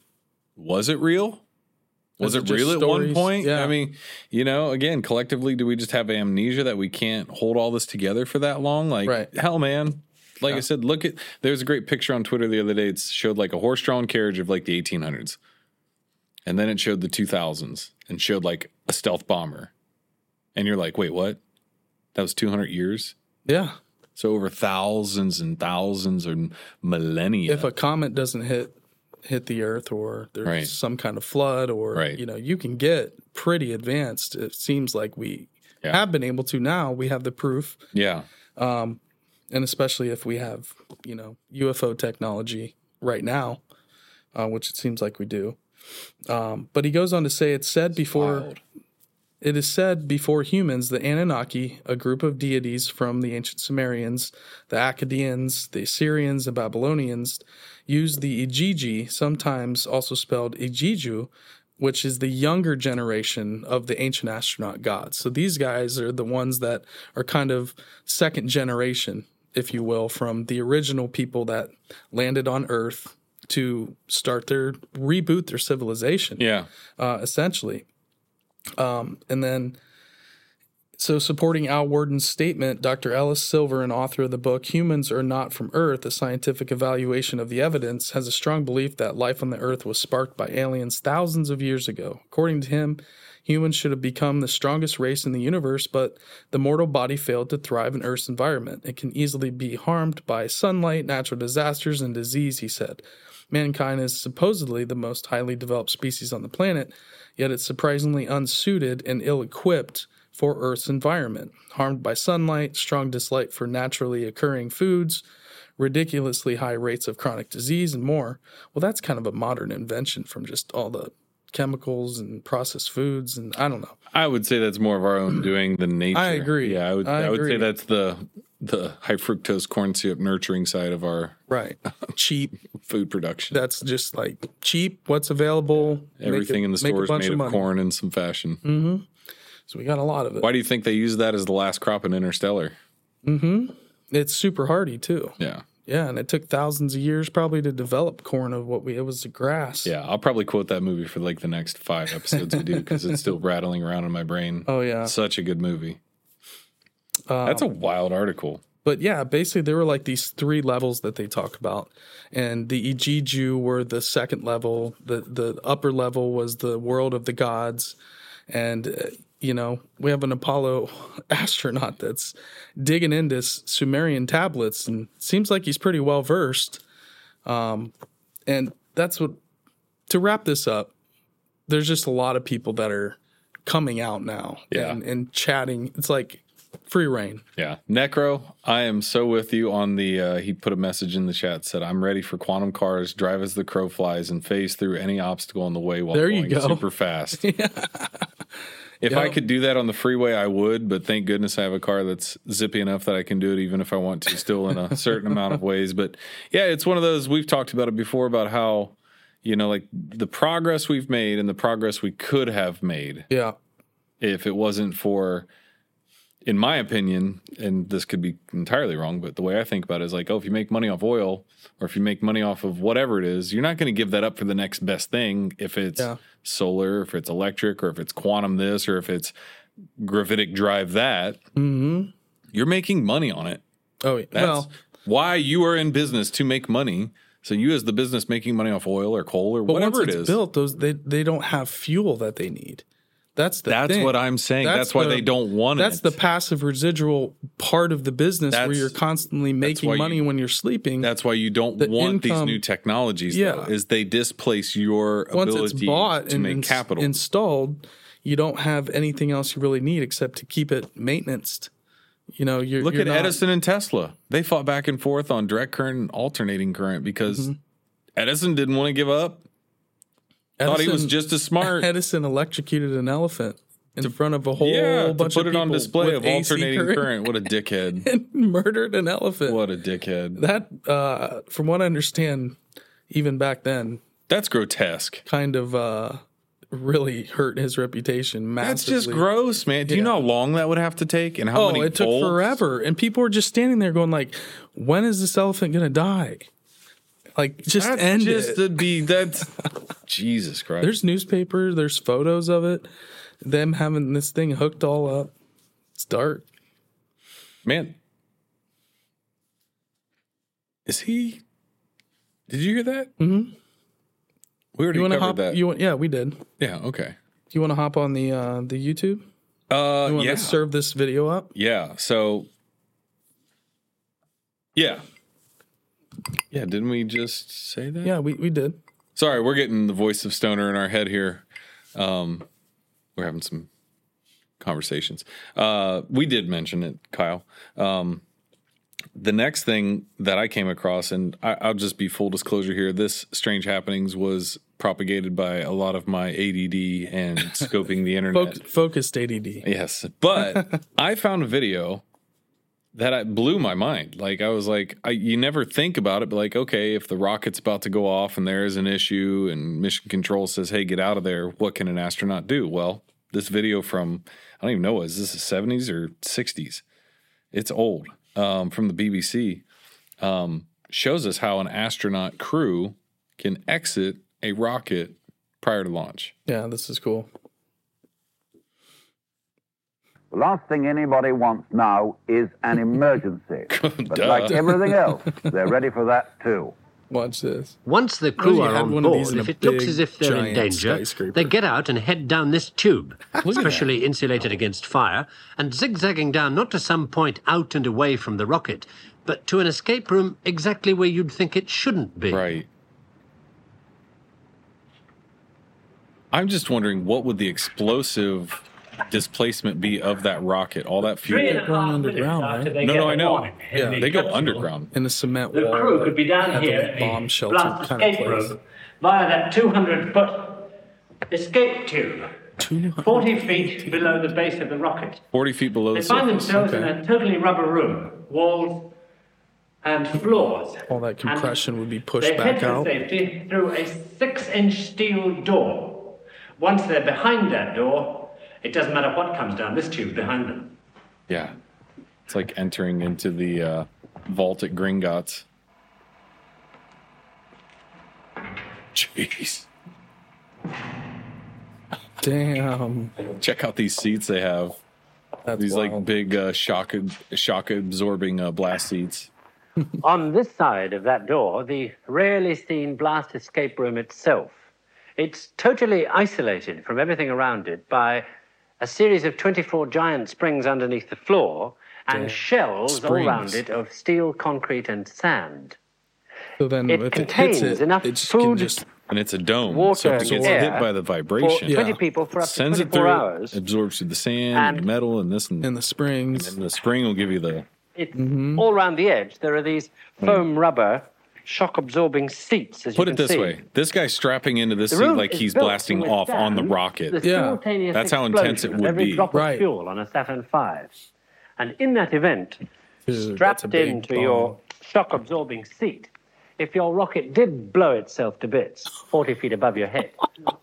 S2: was it real?
S1: Was
S2: Was
S1: it
S2: it
S1: just
S2: real at one
S1: stories?
S2: point?
S1: Yeah.
S2: I mean, you know, again, collectively, do we just have amnesia that we can't hold all this together for that long? Like,
S1: Right.
S2: hell, man. Like I said, look at there's a great picture on Twitter the other day. It showed like a horse drawn carriage of like the 1800s. And then it showed the 2000s and showed like a stealth bomber. And you're like, wait, what? That was 200 years?
S1: yeah.
S2: So over thousands and thousands and millennia.
S1: if a comet doesn't hit hit the earth or there's
S2: Right.
S1: some kind of flood or
S2: Right.
S1: you know you can get pretty advanced it seems like we
S2: Yeah.
S1: have been able to now we have the proof
S2: yeah.
S1: and especially if we have you know ufo technology right now uh, which it seems like we do um, but he goes on to say it's said before
S2: Wild.
S1: it is said before humans, the Anunnaki, a group of deities from the ancient Sumerians, the Akkadians, the Assyrians, and Babylonians, used the Igigi, sometimes also spelled Igiju, which is the younger generation of the ancient astronaut gods. So these guys are the ones that are kind of second generation, if you will, from the original people that landed on Earth to start their reboot their civilization
S2: Yeah.
S1: uh, essentially. Um, and then, so supporting Al Warden's statement, Dr. Ellis Silver, an author of the book Humans Are Not From Earth, a scientific evaluation of the evidence, has a strong belief that life on the Earth was sparked by aliens thousands of years ago. According to him, humans should have become the strongest race in the universe, but the mortal body failed to thrive in Earth's environment. It can easily be harmed by sunlight, natural disasters, and disease, he said. Mankind is supposedly the most highly developed species on the planet, yet it's surprisingly unsuited and ill equipped for Earth's environment. Harmed by sunlight, strong dislike for naturally occurring foods, ridiculously high rates of chronic disease, and more. Well, that's kind of a modern invention from just all the chemicals and processed foods, and I don't know.
S2: I would say that's more of our own doing than nature.
S1: I agree.
S2: Yeah, I would
S1: I
S2: I, would say
S1: agree.
S2: that's the the high fructose corn syrup nurturing side of our
S1: Right. *laughs* cheap.
S2: food production.
S1: That's just like cheap, what's available. make
S2: Everything
S1: it-
S2: in the
S1: make a
S2: store is
S1: bunch Mm.
S2: made of
S1: money.
S2: corn in some fashion.
S1: So we got a lot of it.
S2: Why do you think they use that as the last crop in Interstellar?
S1: It's super hardy too.
S2: Yeah.
S1: Yeah, and it took thousands of years probably to develop corn of what we it was the grass.
S2: Yeah, I'll probably quote that movie for like the next five episodes we do because it's still rattling around in
S1: *laughs*
S2: my brain.
S1: Oh yeah.
S2: Such a good movie.
S1: um,
S2: That's a wild article.
S1: but yeah, basically there were like these three levels that they talk about, and the Ijiju were the second level. the The upper level was the world of the gods, and uh, you know we have an Apollo *laughs* astronaut that's digging into S- Sumerian tablets, and seems like he's pretty well versed. Um, and that's what to wrap this up. There's just a lot of people that are coming out now
S2: Yeah.
S1: and, and chatting. It's like free reign.
S2: Yeah. Necro, I am so with you on the uh, he put a message in the chat said I'm ready for quantum cars, drive as the crow flies and phase through any obstacle on the way while
S1: There you
S2: going
S1: go. *laughs*
S2: super fast. If I
S1: Yep.
S2: could do that on the freeway, I would, but thank goodness I have a car that's zippy enough that I can do it even if I want to, still
S1: *laughs*
S2: in a certain amount of ways. But yeah, it's one of those we've talked about it before about how, you know, like the progress we've made and the progress we could have made
S1: Yeah.
S2: if it wasn't for in my opinion and this could be entirely wrong but the way i think about it is like oh if you make money off oil or if you make money off of whatever it is you're not going to give that up for the next best thing if it's
S1: Yeah.
S2: solar if it's electric or if it's quantum this or if it's gravitic drive that
S1: hmm
S2: you're making money on it
S1: Oh, yeah.
S2: that's
S1: well,
S2: why you are in business to make money so you as the business making money off oil or coal or
S1: but
S2: whatever
S1: once
S2: it
S1: it's
S2: is
S1: built, those they they don't have fuel that they need. That's the
S2: that's
S1: thing.
S2: what i'm saying that's,
S1: That's
S2: why
S1: the-
S2: they don't want
S1: That's
S2: it
S1: the passive residual part of the business where
S2: That's-
S1: you're constantly making
S2: why
S1: money
S2: you-
S1: when you're sleeping.
S2: That's why you don't
S1: The
S2: want
S1: income-
S2: these new technologies.
S1: Yeah.
S2: though, is they displace your
S1: Once
S2: ability
S1: it's bought
S2: to
S1: and
S2: make
S1: ins-
S2: capital.
S1: installed, you don't have anything else you really need except to keep it maintenanced. You know, you're
S2: Look
S1: you're
S2: at
S1: not-
S2: Edison and Tesla. They fought back and forth on direct current and alternating current because
S1: Mm-hmm.
S2: Edison didn't want to give up. Thought he was
S1: Edison-
S2: just as smart.
S1: Edison electrocuted an elephant in front of a whole
S2: yeah, to
S1: bunch
S2: put
S1: of
S2: it on
S1: people
S2: display
S1: with
S2: of
S1: AC
S2: alternating current. What a
S1: *laughs*
S2: dickhead!
S1: and murdered an elephant.
S2: what a dickhead!
S1: that uh from what i understand even back then
S2: That's grotesque.
S1: kind of uh really hurt his reputation massively
S2: That's just gross, man. Do you know how long that would have to take and how
S1: oh
S2: many?
S1: it took
S2: volts?
S1: forever and people were just standing there going like when is this elephant gonna die like just
S2: That's
S1: end
S2: just
S1: it
S2: to
S1: *laughs*
S2: be that's Jesus Christ.
S1: there's newspaper there's photos of it them having this thing hooked all up it's dark
S2: Man. Is he? Did you hear that? Mm-hmm. We already
S1: you want to
S2: covered
S1: hop
S2: that.
S1: you want yeah we did
S2: yeah. Okay.
S1: you want to hop on the uh the youtube
S2: Uh,
S1: you want
S2: yeah.
S1: to serve this video up
S2: yeah. So. Yeah. Yeah. Didn't we just say that?
S1: yeah we, we did
S2: Sorry, we're getting the voice of Stoner in our head here. Um, we're having some conversations. Uh, we did mention it, Kyle. Um, the next thing that I came across, and I, I'll just be full disclosure here, this strange happenings was propagated by a lot of my ADD and scoping the internet.
S1: Foc E focused add
S2: Yes, but *laughs* I found a video that I blew my mind. Like I was like, I, you never think about it, but like, okay, if the rocket's about to go off and there is an issue, and mission control says, "Hey, get out of there," what can an astronaut do? Well, this video from I don't even know is this the seventies or sixties? It's old um, from the BBC. Um, shows us how an astronaut crew can exit a rocket prior to launch.
S1: yeah this is cool
S3: The last thing anybody wants now is an emergency. but
S2: Duh.
S3: like everything else, they're ready for that too.
S1: Watch this.
S4: Once the
S1: What if
S4: crew
S1: you
S4: are
S1: had
S4: on
S1: one of these
S4: board,
S1: in a
S4: if it looks
S1: big,
S4: as if they're in
S1: giant
S4: danger,
S1: skyscraper?
S4: they get out and head down this
S1: *laughs*
S4: tube,
S1: that. Oh.
S4: specially insulated against fire, and zigzagging down not to some point out and away from the rocket, but to an escape room exactly where you'd think it shouldn't be.
S2: Right. I'm just wondering what would the explosive displacement be of that rocket? All that fuel?
S1: going underground, right?
S2: No, no, I know.
S1: Yeah.
S2: They go underground.
S1: In a cement
S5: The
S1: wall.
S5: crew could be down
S1: Have a
S5: here in
S1: bomb
S5: a
S1: shelter
S5: blast
S1: kind of
S5: escape
S1: place.
S5: room via that 200 foot escape tube, 40 feet below the base of the rocket.
S2: 40 feet below
S5: They
S2: the
S5: find
S2: surface.
S5: themselves in a totally rubber room, walls and floors.
S1: All that compression would be pushed
S5: they
S1: back
S5: head
S1: out.
S5: for safety through a six-inch steel door. Once they're behind that door, It doesn't matter what comes down this tube behind them.
S2: Yeah. It's like entering into the uh, vault at Gringotts. Jeez.
S1: Damn.
S2: Check out these seats they have.
S1: That's
S2: These like
S1: wild.
S2: big uh, shock shock absorbing uh, blast seats.
S6: On this side of that door, the rarely seen blast escape room itself. It's totally isolated from everything around it by a series of 24 giant springs underneath the floor and shells all around
S1: Springs.
S6: it of steel, concrete, and sand.
S1: So then
S6: It
S1: if
S6: contains
S1: it hits it,
S6: enough
S1: it just
S6: food-
S1: can just
S2: And it's a dome. so
S6: Water
S2: if it
S6: and
S2: gets
S6: air
S2: hit by the
S6: For
S2: vibration,
S6: 20
S1: Yeah.
S6: people for up to
S2: sends it
S6: 24
S2: through,
S6: hours.
S2: absorbs through the sand and
S6: And-
S2: metal and this and,
S1: in the springs.
S2: and the spring will give you the
S6: It's
S2: Mm-hmm.
S6: all round the edge. There are these foam rubber shock absorbing seats. As
S2: Mm. Put
S6: you
S2: it
S6: can
S2: this
S6: see.
S2: way: this guy's strapping into this
S6: The
S2: seat
S6: room
S2: like
S6: is
S2: he's
S6: built
S2: blasting
S6: to
S2: off on the
S6: withstand
S2: rocket.
S6: the
S1: Yeah.
S6: simultaneous
S2: That's how
S6: explosion
S2: intense it
S6: of
S2: would
S6: every
S2: be.
S6: drop of
S1: Right.
S6: fuel on a Saturn V. And in that event,
S1: Dude, that's a
S6: strapped
S1: big
S6: into
S1: bomb.
S6: your shock absorbing seat, if your rocket did blow itself to bits 40 feet above your head,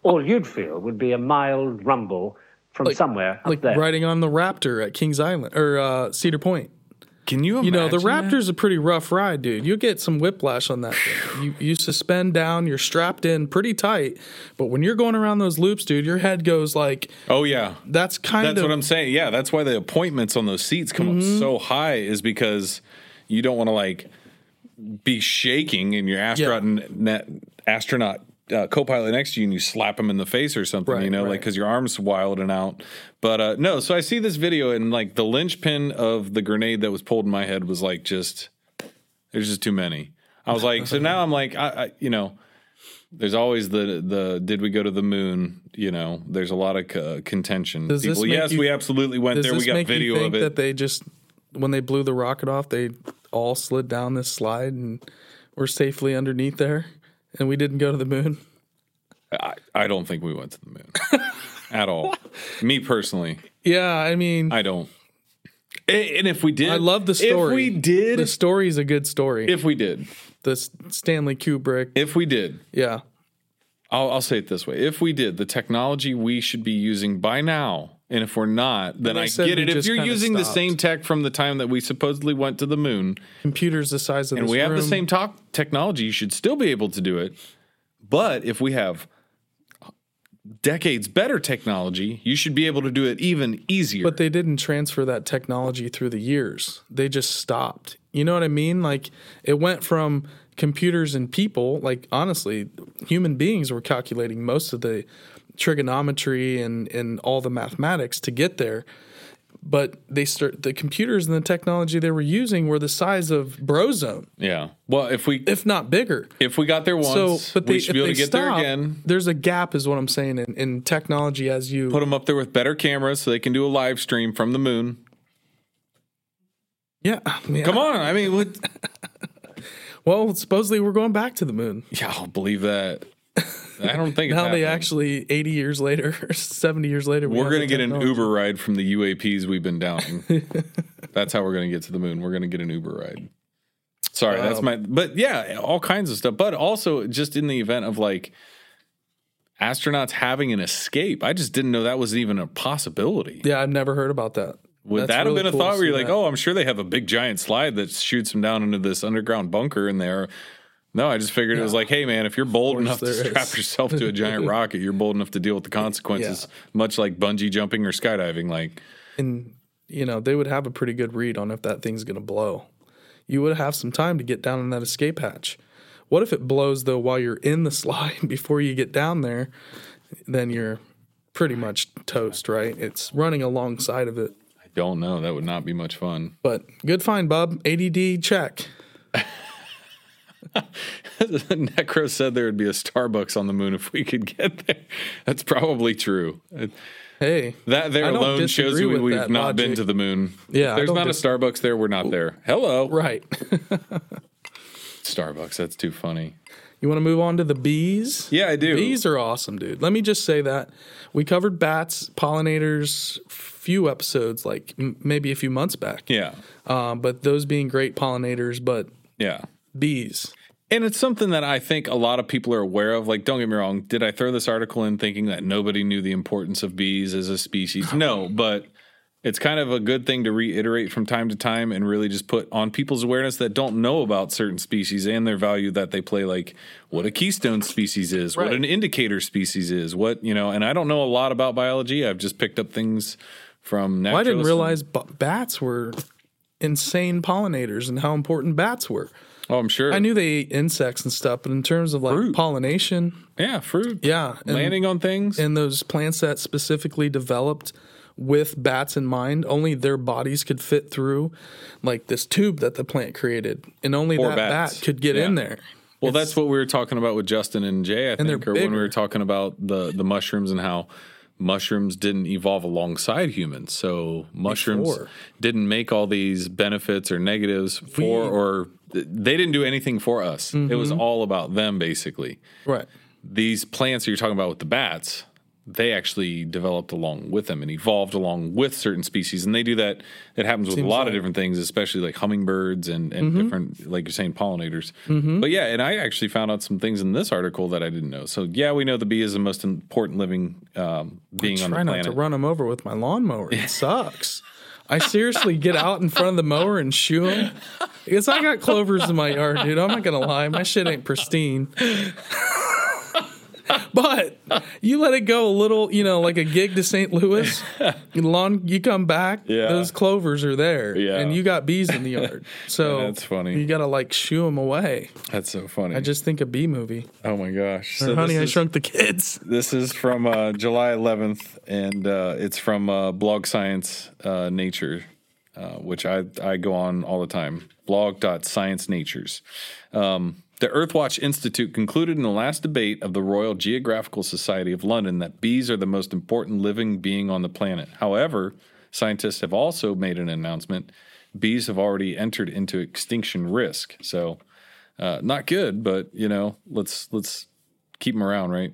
S6: all you'd feel would be a mild rumble from
S1: Like-
S6: somewhere up
S1: like
S6: there.
S1: riding on the Raptor at Kings Island or uh, Cedar Point.
S2: Can you? Imagine
S1: You know, the
S2: that?
S1: Raptor's a pretty rough ride, dude. You get some whiplash on that. Thing. You you suspend down, you're strapped in pretty tight, but when you're going around those loops, dude, your head goes like
S2: Oh yeah,
S1: that's kind
S2: that's
S1: of Mm-hmm.
S2: what I'm saying. Yeah, that's why the appointments on those seats come up so high is because you don't want to like be shaking and your astronaut net, astronaut uh, co-pilot next to you and you slap him in the face or something,
S1: Right,
S2: you know, like
S1: right.
S2: because your arms wild and out. But uh, no, so I see this video and like the linchpin of the grenade that was pulled in my head was like just there's just too many. I was like, so now I'm like, I, I you know. There's always the the did we go to the moon? You know, there's a lot of uh, contention.
S1: Does this
S2: People,
S1: make
S2: yes,
S1: you-
S2: we absolutely went
S1: Does
S2: there. We
S1: this
S2: got
S1: make
S2: video
S1: you think
S2: of it.
S1: that they just when they blew the rocket off, they all slid down this slide and were safely underneath there, and we didn't go to the moon?
S2: I, I don't think we went to
S1: *laughs*
S2: the moon at all. Me personally,
S1: Yeah, I mean, I,
S2: I don't. A- And if we did,
S1: love the story.
S2: If we did,
S1: the story is a good story.
S2: if we did,
S1: the S- Stanley Kubrick,
S2: if we did,
S1: yeah,
S2: I'll, I'll say it this way: if we did, the technology we should be using by now, and if we're not, then
S1: They
S2: I
S1: said
S2: get
S1: we
S2: it. If
S1: just
S2: you're
S1: kinda
S2: using the
S1: stopped.
S2: same tech from the time that we supposedly went to the moon,
S1: computers the size of
S2: and
S1: this
S2: we have the
S1: room.
S2: same talk technology, you should still be able to do it. But if we have decades better technology, you should be able to do it even easier.
S1: But they didn't transfer that technology through the years. They just stopped. You know what I mean? Like it went from computers and people, like honestly, human beings were calculating most of the trigonometry and, and all the mathematics to get there. But they start the computers and the technology they were using were the size of Brozone,
S2: yeah. Well, if we if,
S1: if not bigger.
S2: we got there once,
S1: so, but they,
S2: we should
S1: if
S2: be able
S1: they
S2: to get
S1: stop,
S2: there again.
S1: There's a gap, is what I'm saying, in, in technology as you
S2: Put them up there with better cameras so they can do a live stream from the moon.
S1: yeah, I mean,
S2: Come on, I mean, what?
S1: Well, supposedly we're going back to the moon.
S2: Yeah, I'll believe that. I don't think
S1: now
S2: it's
S1: they
S2: happening.
S1: actually 80 years later *laughs* or 70 years later we
S2: We're
S1: have
S2: going
S1: the
S2: to get an
S1: technology.
S2: Uber ride from the UAPs we've
S1: *laughs*
S2: been downing. that's how we're going to get to the moon. We're going to get an Uber ride. Sorry, that's my but yeah, all kinds of stuff. But also just in the event of like astronauts having an escape. I just didn't know that was even a possibility.
S1: yeah i've never heard about that
S2: Would
S1: That's
S2: that
S1: really
S2: have been
S1: cool
S2: a
S1: to
S2: thought where you're
S1: see
S2: like,
S1: that.
S2: "Oh, I'm sure they have a big giant slide that shoots them down into this underground bunker in there." No, I just figured it was like, "Hey, man, if you're bold enough to
S1: there
S2: strap
S1: is."
S2: yourself to
S1: *laughs*
S2: a giant rocket, you're bold enough to deal with the consequences, much like bungee jumping or skydiving." Like,
S1: and you know they would have a pretty good read on if that thing's going to blow you would have some time to get down in that escape hatch what if it blows though while you're in the *laughs* slide before you get down there then you're pretty much toast right it's running alongside of it
S2: Don't know. That would not be much fun. *laughs*
S1: but good find bub add check
S2: Necro said there would be a Starbucks on the moon if we could get there. That's probably true.
S1: hey
S2: That there
S1: I don't
S2: alone shows
S1: disagree
S2: you
S1: with
S2: we've
S1: that
S2: not been
S1: logic.
S2: to the moon.
S1: Yeah,
S2: If
S1: I
S2: there's
S1: don't
S2: not
S1: dis-
S2: a Starbucks there. We're not there. Hello,
S1: right
S2: Starbucks. That's too funny.
S1: You want to move on to the bees?
S2: Yeah, I do.
S1: Bees are awesome, dude. Let me just say that we covered bats, pollinators, few episodes, like m- maybe a few months back. Uh,
S2: Yeah,
S1: Um, but those being great pollinators, but
S2: yeah.
S1: bees.
S2: And it's something that I think a lot of people are aware of. Like, don't get me wrong, did I throw this article in thinking that nobody knew the importance of bees as a species? No, but it's kind of a good thing to reiterate from time to time and really just put on people's awareness that don't know about certain species and their value that they play, like what a keystone species is, what
S1: Right.
S2: an indicator species is, what, you know, and I don't know a lot about biology. I've just picked up things from
S1: Well, I didn't
S2: naturalists and-
S1: realize b- bats were insane pollinators and how important bats were.
S2: Oh, I'm sure.
S1: I knew they ate insects and stuff, but in terms of like
S2: Fruit.
S1: pollination,
S2: Yeah, fruit.
S1: yeah, and,
S2: Landing on things.
S1: and those plants that specifically developed with bats in mind, only their bodies could fit through like this tube that the plant created, and only
S2: Or
S1: that
S2: bats.
S1: bat could get in
S2: Yeah.
S1: there.
S2: Well, that's what we were talking about with Justin and Jay, I
S1: they're
S2: think, or when we
S1: bigger.
S2: were talking about the the mushrooms and how mushrooms didn't evolve alongside humans. So mushrooms
S1: Before.
S2: didn't make all these benefits or negatives for, or they didn't do anything for us. It was
S1: Mm-hmm.
S2: all about them, basically.
S1: Right.
S2: These plants that you're talking about with the bats, they actually developed along with them and evolved along with certain species, and they do that. It happens with a lot of different things, especially like hummingbirds and and
S1: Mm-hmm.
S2: different, like you're saying, pollinators. But yeah, and I actually found out some things in this article that I didn't know. So yeah, we know the bee is the most important living um, being on the
S1: Try not
S2: planet.
S1: to run them over with my lawnmower. It sucks. I seriously get out in front of the mower and shoo them. Because I got clovers in my yard, dude. I'm not gonna lie, my shit ain't pristine. but you let it go a little, you know, like a gig to St.
S2: *laughs*
S1: Louis. Lawn, you come back,
S2: Yeah.
S1: those clovers are there,
S2: Yeah.
S1: and you got bees in the
S2: *laughs*
S1: yard. So
S2: that's funny.
S1: You gotta like shoo them away.
S2: That's so funny.
S1: I just think a bee movie.
S2: oh my gosh,
S1: Or
S2: So
S1: Honey,
S2: this
S1: I
S2: is-
S1: Shrunk the Kids.
S2: This is from uh, July 11th, and uh, it's from uh, Blog Science uh, Nature, uh, which I, I go on all the time. Blog.sciencenatures. Um, the Earthwatch Institute concluded in the last debate of the Royal Geographical Society of London that bees are the most important living being on the planet. However, scientists have also made an announcement bees have already entered into extinction risk. So, uh, not good, but you know, let's let's keep them around, right?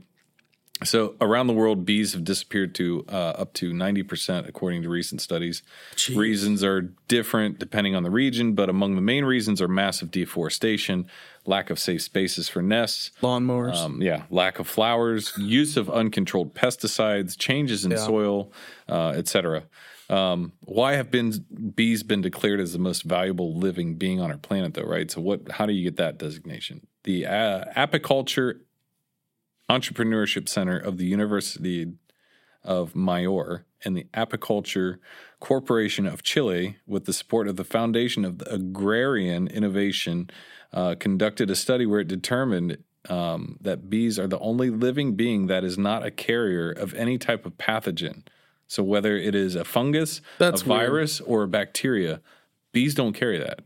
S2: So around the world, bees have disappeared to uh, up to ninety percent, according to recent studies. Reasons are different depending on the region, but among the main reasons are massive deforestation, lack of safe spaces for nests,
S1: Lawnmowers.
S2: um, yeah, lack of flowers, use of uncontrolled pesticides, changes in soil, uh, etc. Um, why have been bees been declared as the most valuable living being on our planet, though? Right. So what? How do you get that designation? The uh, apiculture entrepreneurship center of the University of Mayor and the Apiculture Corporation of Chile, with the support of the Foundation of the Agrarian Innovation, uh, conducted a study where it determined um, that bees are the only living being that is not a carrier of any type of pathogen. So, whether it is a fungus,
S1: That's
S2: a
S1: weird.
S2: virus, or a bacteria, bees don't carry that.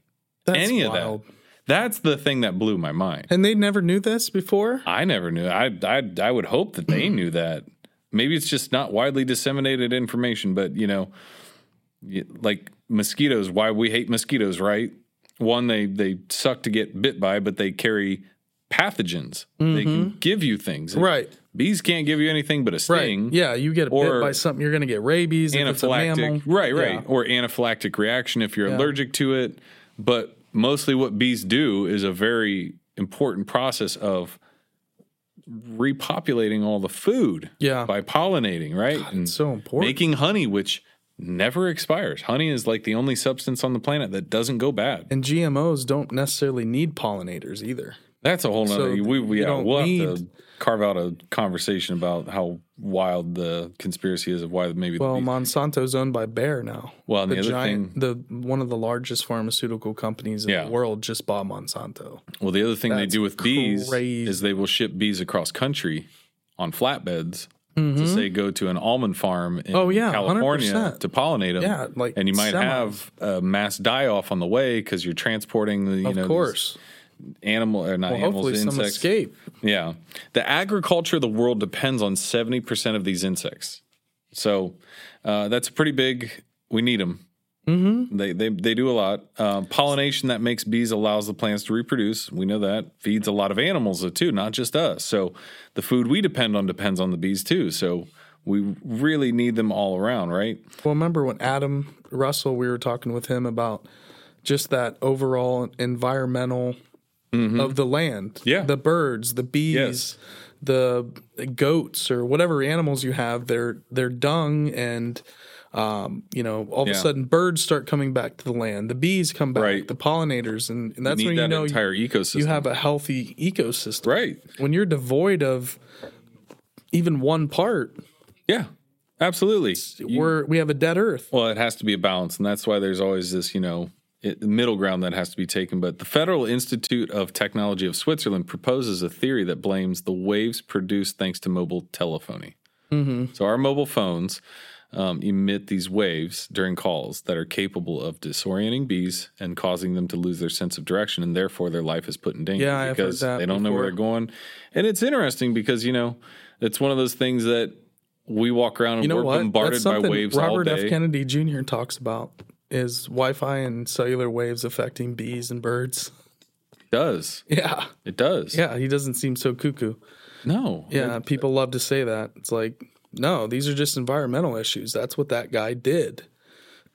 S1: That's
S2: any
S1: wild.
S2: of that. That's the thing that blew my mind.
S1: And they never knew this before.
S2: I never knew. I I I would hope that
S1: *clears throat*
S2: they knew that. Maybe it's just not widely disseminated information, but you know, y- like mosquitoes, why we hate mosquitoes, right? One, they they suck to get bit by, but they carry pathogens. They can give you things.
S1: Mm-hmm. Right.
S2: Bees can't give you anything but a sting.
S1: Right. Yeah, you get
S2: Hmm? Or
S1: bit by something, you're going to get rabies. If it's a mammal.
S2: Anaphylactic. Right, right.
S1: Yeah.
S2: Or anaphylactic reaction if you're allergic to it. But mostly what bees do is a very important process of repopulating all the food
S1: Yeah.
S2: by pollinating, right? and
S1: It's so important.
S2: making honey, which never expires. Honey is like the only substance on the planet that doesn't go bad.
S1: and GMOs don't necessarily need pollinators either.
S2: That's a whole nother.
S1: So
S2: we, we,
S1: you
S2: yeah,
S1: don't
S2: we'll have to
S1: need-
S2: carve out a conversation about how wild the conspiracy is of why maybe
S1: Well,
S2: the bees
S1: Monsanto's owned by Bayer now.
S2: Well, and the other
S1: the one of the largest pharmaceutical companies in
S2: Yeah.
S1: the world just bought Monsanto.
S2: Well, the other thing they
S1: That's
S2: do with bees
S1: crazy.
S2: is they will ship bees across country on flatbeds to say go to an almond farm in
S1: Mm-hmm. Oh, yeah,
S2: California
S1: 100%.
S2: to pollinate them.
S1: Yeah, like
S2: and you might
S1: semis.
S2: have a mass die off on the way because you're transporting the you
S1: Of
S2: know these
S1: course.
S2: animal or not
S1: Well,
S2: animals
S1: hopefully some
S2: insects.
S1: escape.
S2: Yeah. The agriculture of the world depends on 70% of these insects. So uh, that's pretty big. We need them. Mm-hmm. They, they, they do a lot. Uh, pollination that makes bees allows the plants to reproduce. We know that. Feeds a lot of animals, uh, too, not just us. So the food we depend on depends on the bees, too. So we really need them all around, right?
S1: Well, remember when Adam Russell, we were talking with him about just that overall environmental of the land.
S2: Mm-hmm. Yeah.
S1: The birds, the bees,
S2: Yes.
S1: the goats or whatever animals you have, their their dung and um, you know, all of
S2: Yeah.
S1: a sudden birds start coming back to the land. The bees come back,
S2: Right.
S1: the pollinators, and, and that's
S2: need
S1: when you
S2: that
S1: know
S2: entire ecosystem.
S1: you have a healthy ecosystem.
S2: right.
S1: When you're devoid of even one part,
S2: Yeah. Absolutely. You-
S1: we're we have a dead earth.
S2: Well, it has to be a balance, and that's why there's always this, you know, it, middle ground that has to be taken. But the Federal Institute of Technology of Switzerland proposes a theory that blames the waves produced thanks to mobile telephony.
S1: Mm-hmm.
S2: So our mobile phones um, emit these waves during calls that are capable of disorienting bees and causing them to lose their sense of direction, and therefore their life is put in danger
S1: Yeah, I've heard
S2: because
S1: that
S2: they don't know where
S1: before.
S2: they're going. And it's interesting because you know it's one of those things that. We walk around and
S1: You know
S2: we're
S1: what?
S2: bombarded by waves all
S1: Robert
S2: day.
S1: F. Kennedy Jr. talks about is Wi-Fi and cellular waves affecting bees and birds. *laughs*
S2: does.
S1: Yeah,
S2: It does.
S1: yeah. He doesn't seem so cuckoo.
S2: No.
S1: Yeah, people love to say that. It's like, no, these are just environmental issues. That's what that guy did.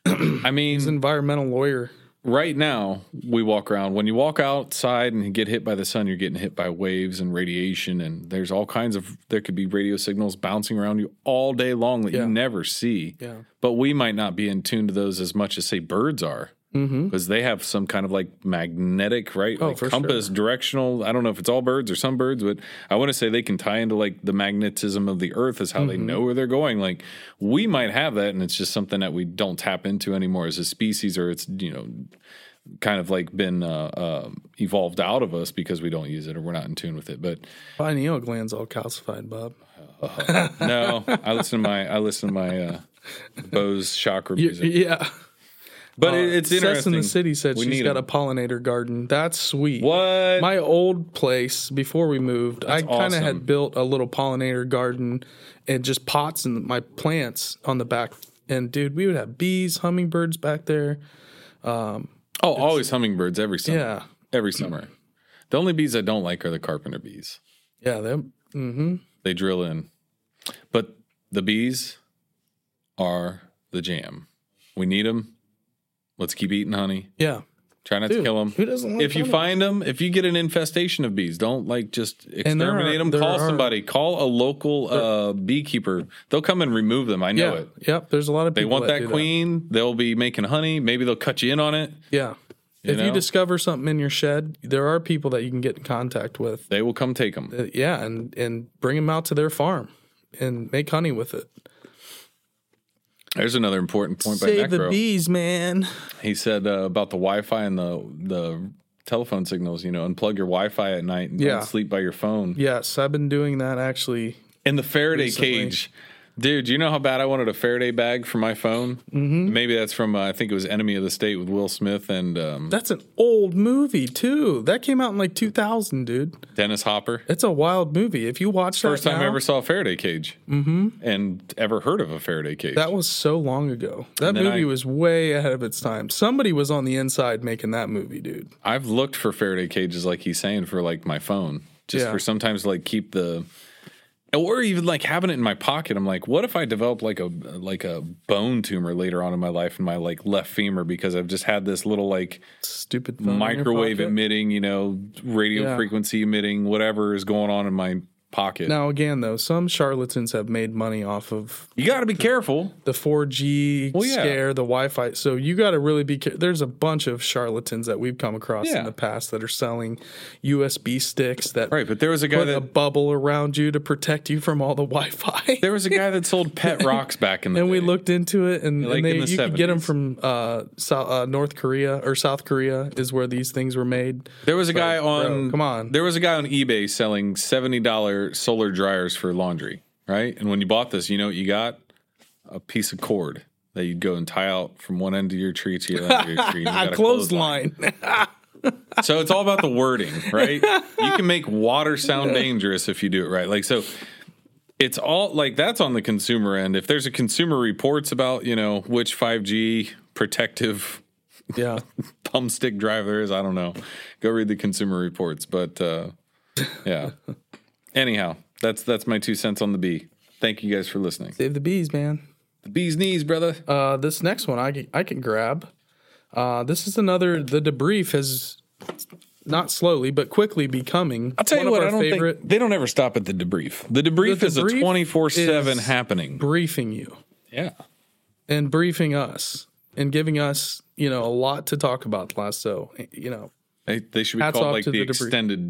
S2: I mean,
S1: Environmental lawyer.
S2: right now we walk around. When you walk outside and get hit by the sun, you're getting hit by waves and radiation, and there's all kinds of. There could be radio signals bouncing around you all day long that
S1: Yeah.
S2: you never see.
S1: Yeah.
S2: But we might not be in tune to those as much as say birds are. Because they have some kind of like magnetic, right? like
S1: Mm-hmm. Oh, for
S2: compass, directional. I don't know if it's all birds or some birds, but I want to say they can tie into like the magnetism of the earth is how they
S1: Mm-hmm.
S2: know where they're going. Like we might have that, and it's just something that we don't tap into anymore as a species, or it's you know kind of like been uh, uh, evolved out of us because we don't use it or we're not in tune with it. But
S1: Pineal gland's all calcified, Bob.
S2: no, I listen to my I listen to my uh, Bose chakra
S1: Y-
S2: music.
S1: Yeah.
S2: But it it's
S1: Sess uh, in
S2: interesting.
S1: the city said
S2: We
S1: she's
S2: need
S1: got
S2: 'em.
S1: a pollinator garden. That's sweet.
S2: what
S1: My old place before we moved, I kind of
S2: awesome.
S1: had built a little pollinator garden and just pots and my plants on the back. And dude, we would have bees, hummingbirds back there.
S2: Oh, always hummingbirds every summer.
S1: Yeah.
S2: Every summer. The only bees I don't like are the carpenter bees.
S1: Yeah, them.
S2: They drill in. But the bees are the jam. We need them. Let's keep eating honey.
S1: Yeah.
S2: Try not to
S1: Dude,
S2: kill them.
S1: who doesn't like
S2: if you
S1: honey?
S2: find them, if you get an infestation of bees, don't like just
S1: there are-
S2: exterminate them.
S1: there
S2: Call
S1: are-
S2: somebody. Call a local uh, beekeeper. They'll come and remove them. I know
S1: yeah.
S2: it.
S1: Yep. There's a lot of
S2: They
S1: people
S2: want that
S1: do
S2: queen. They'll be making honey. Maybe they'll cut you in on it.
S1: Yeah. if you
S2: know?
S1: discover something in your shed, there are people that you can get in contact with.
S2: They will come take them.
S1: Uh, Yeah, and and bring them out to their farm and make honey with it.
S2: There's another important point by
S1: Save the
S2: Necro.
S1: bees, man.
S2: He said uh, about the Wi-Fi and the the telephone signals. You know, unplug your Wi-Fi at night and
S1: Yeah.
S2: don't sleep by your phone.
S1: Yes, I've been doing that actually.
S2: In the Faraday
S1: Recently.
S2: cage, dude. You know how bad I wanted a Faraday bag for my phone. Mm-hmm. Maybe that's from uh, I think it was Enemy of the State with Will Smith and um,
S1: That's an old movie too. That came out in like 2000, dude.
S2: Dennis Hopper.
S1: It's a wild movie. If you watch that
S2: First time I
S1: now-
S2: ever saw a Faraday cage, mm-hmm. and ever heard of a Faraday cage.
S1: That was so long ago. That
S2: then
S1: movie
S2: I-
S1: was way ahead of its time. Somebody was on the inside making that movie, dude.
S2: I've looked for Faraday cages, like he's saying, for like my phone, just
S1: Yeah.
S2: for sometimes like keep the, or even like having it in my pocket. I'm like, what if I develop like a like a bone tumor later on in my life in my like left femur because I've just had this little like
S1: Stupid phone in your
S2: microwave
S1: pocket.
S2: emitting, you know, radio
S1: Yeah.
S2: frequency emitting, whatever is going on in my pocket.
S1: Now again, though, some charlatans have made money off of
S2: you got to be careful.
S1: the 4G
S2: Well, yeah.
S1: scare, the Wi-Fi. So you got to really be. Care- There's a bunch of charlatans that we've come across
S2: Yeah.
S1: in the past that are selling USB sticks that
S2: Right, but there was a guy
S1: put
S2: that
S1: a bubble around you to protect you from all the Wi-Fi.
S2: there was a guy that
S1: *laughs*
S2: sold pet rocks back in the
S1: and we
S2: day.
S1: looked into it, and,
S2: Like
S1: and they,
S2: in the
S1: you could get them
S2: 70s.
S1: from uh, South, uh, North Korea or South Korea is where these things were made.
S2: There was a guy on.
S1: bro, come on.
S2: There was a guy on eBay selling seventy dollar solar dryers for laundry, right? And when you bought this, you know what you got? A piece of cord that you'd go and tie out from one end of your tree to the other end of your
S1: *laughs*
S2: tree. and you got
S1: A clothesline. *laughs*
S2: so it's all about the wording, right? You can make water sound dangerous if you do it right. Like so it's all like that's on the consumer end. If there's a consumer reports about, you know, which 5G protective *laughs*
S1: yeah,
S2: thumbstick drive there is. I don't know. Go read the consumer reports, but uh, yeah. Anyhow, that's that's my two cents on the bee. Thank you guys for listening.
S1: save the bees, man.
S2: The bee's knees, brother.
S1: Uh, this next one I can, I can grab. Uh, this is another. The debrief has not slowly but quickly becoming
S2: I'll tell
S1: one of
S2: you what,
S1: our
S2: I don't
S1: favorite
S2: think they don't ever stop at the debrief. The debrief
S1: The
S2: is a
S1: debrief
S2: 24 7
S1: is-
S2: happening.
S1: briefing you
S2: Yeah.
S1: and briefing us and giving us you know a lot to talk about lasso you know
S2: They, they should be
S1: Hats
S2: called
S1: off
S2: like
S1: to the
S2: the,
S1: debrief.
S2: extended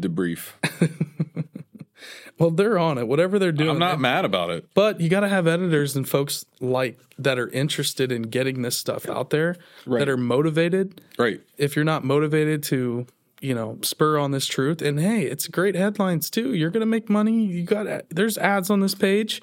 S1: *laughs*
S2: debrief.
S1: well they're on it whatever they're doing
S2: I'm not mad about it.
S1: but you got to have editors and folks like that are interested in getting this stuff out there
S2: Right.
S1: that are motivated
S2: Right.
S1: if you're not motivated to you know spur on this truth and hey it's great headlines too you're gonna make money you got there's ads on this page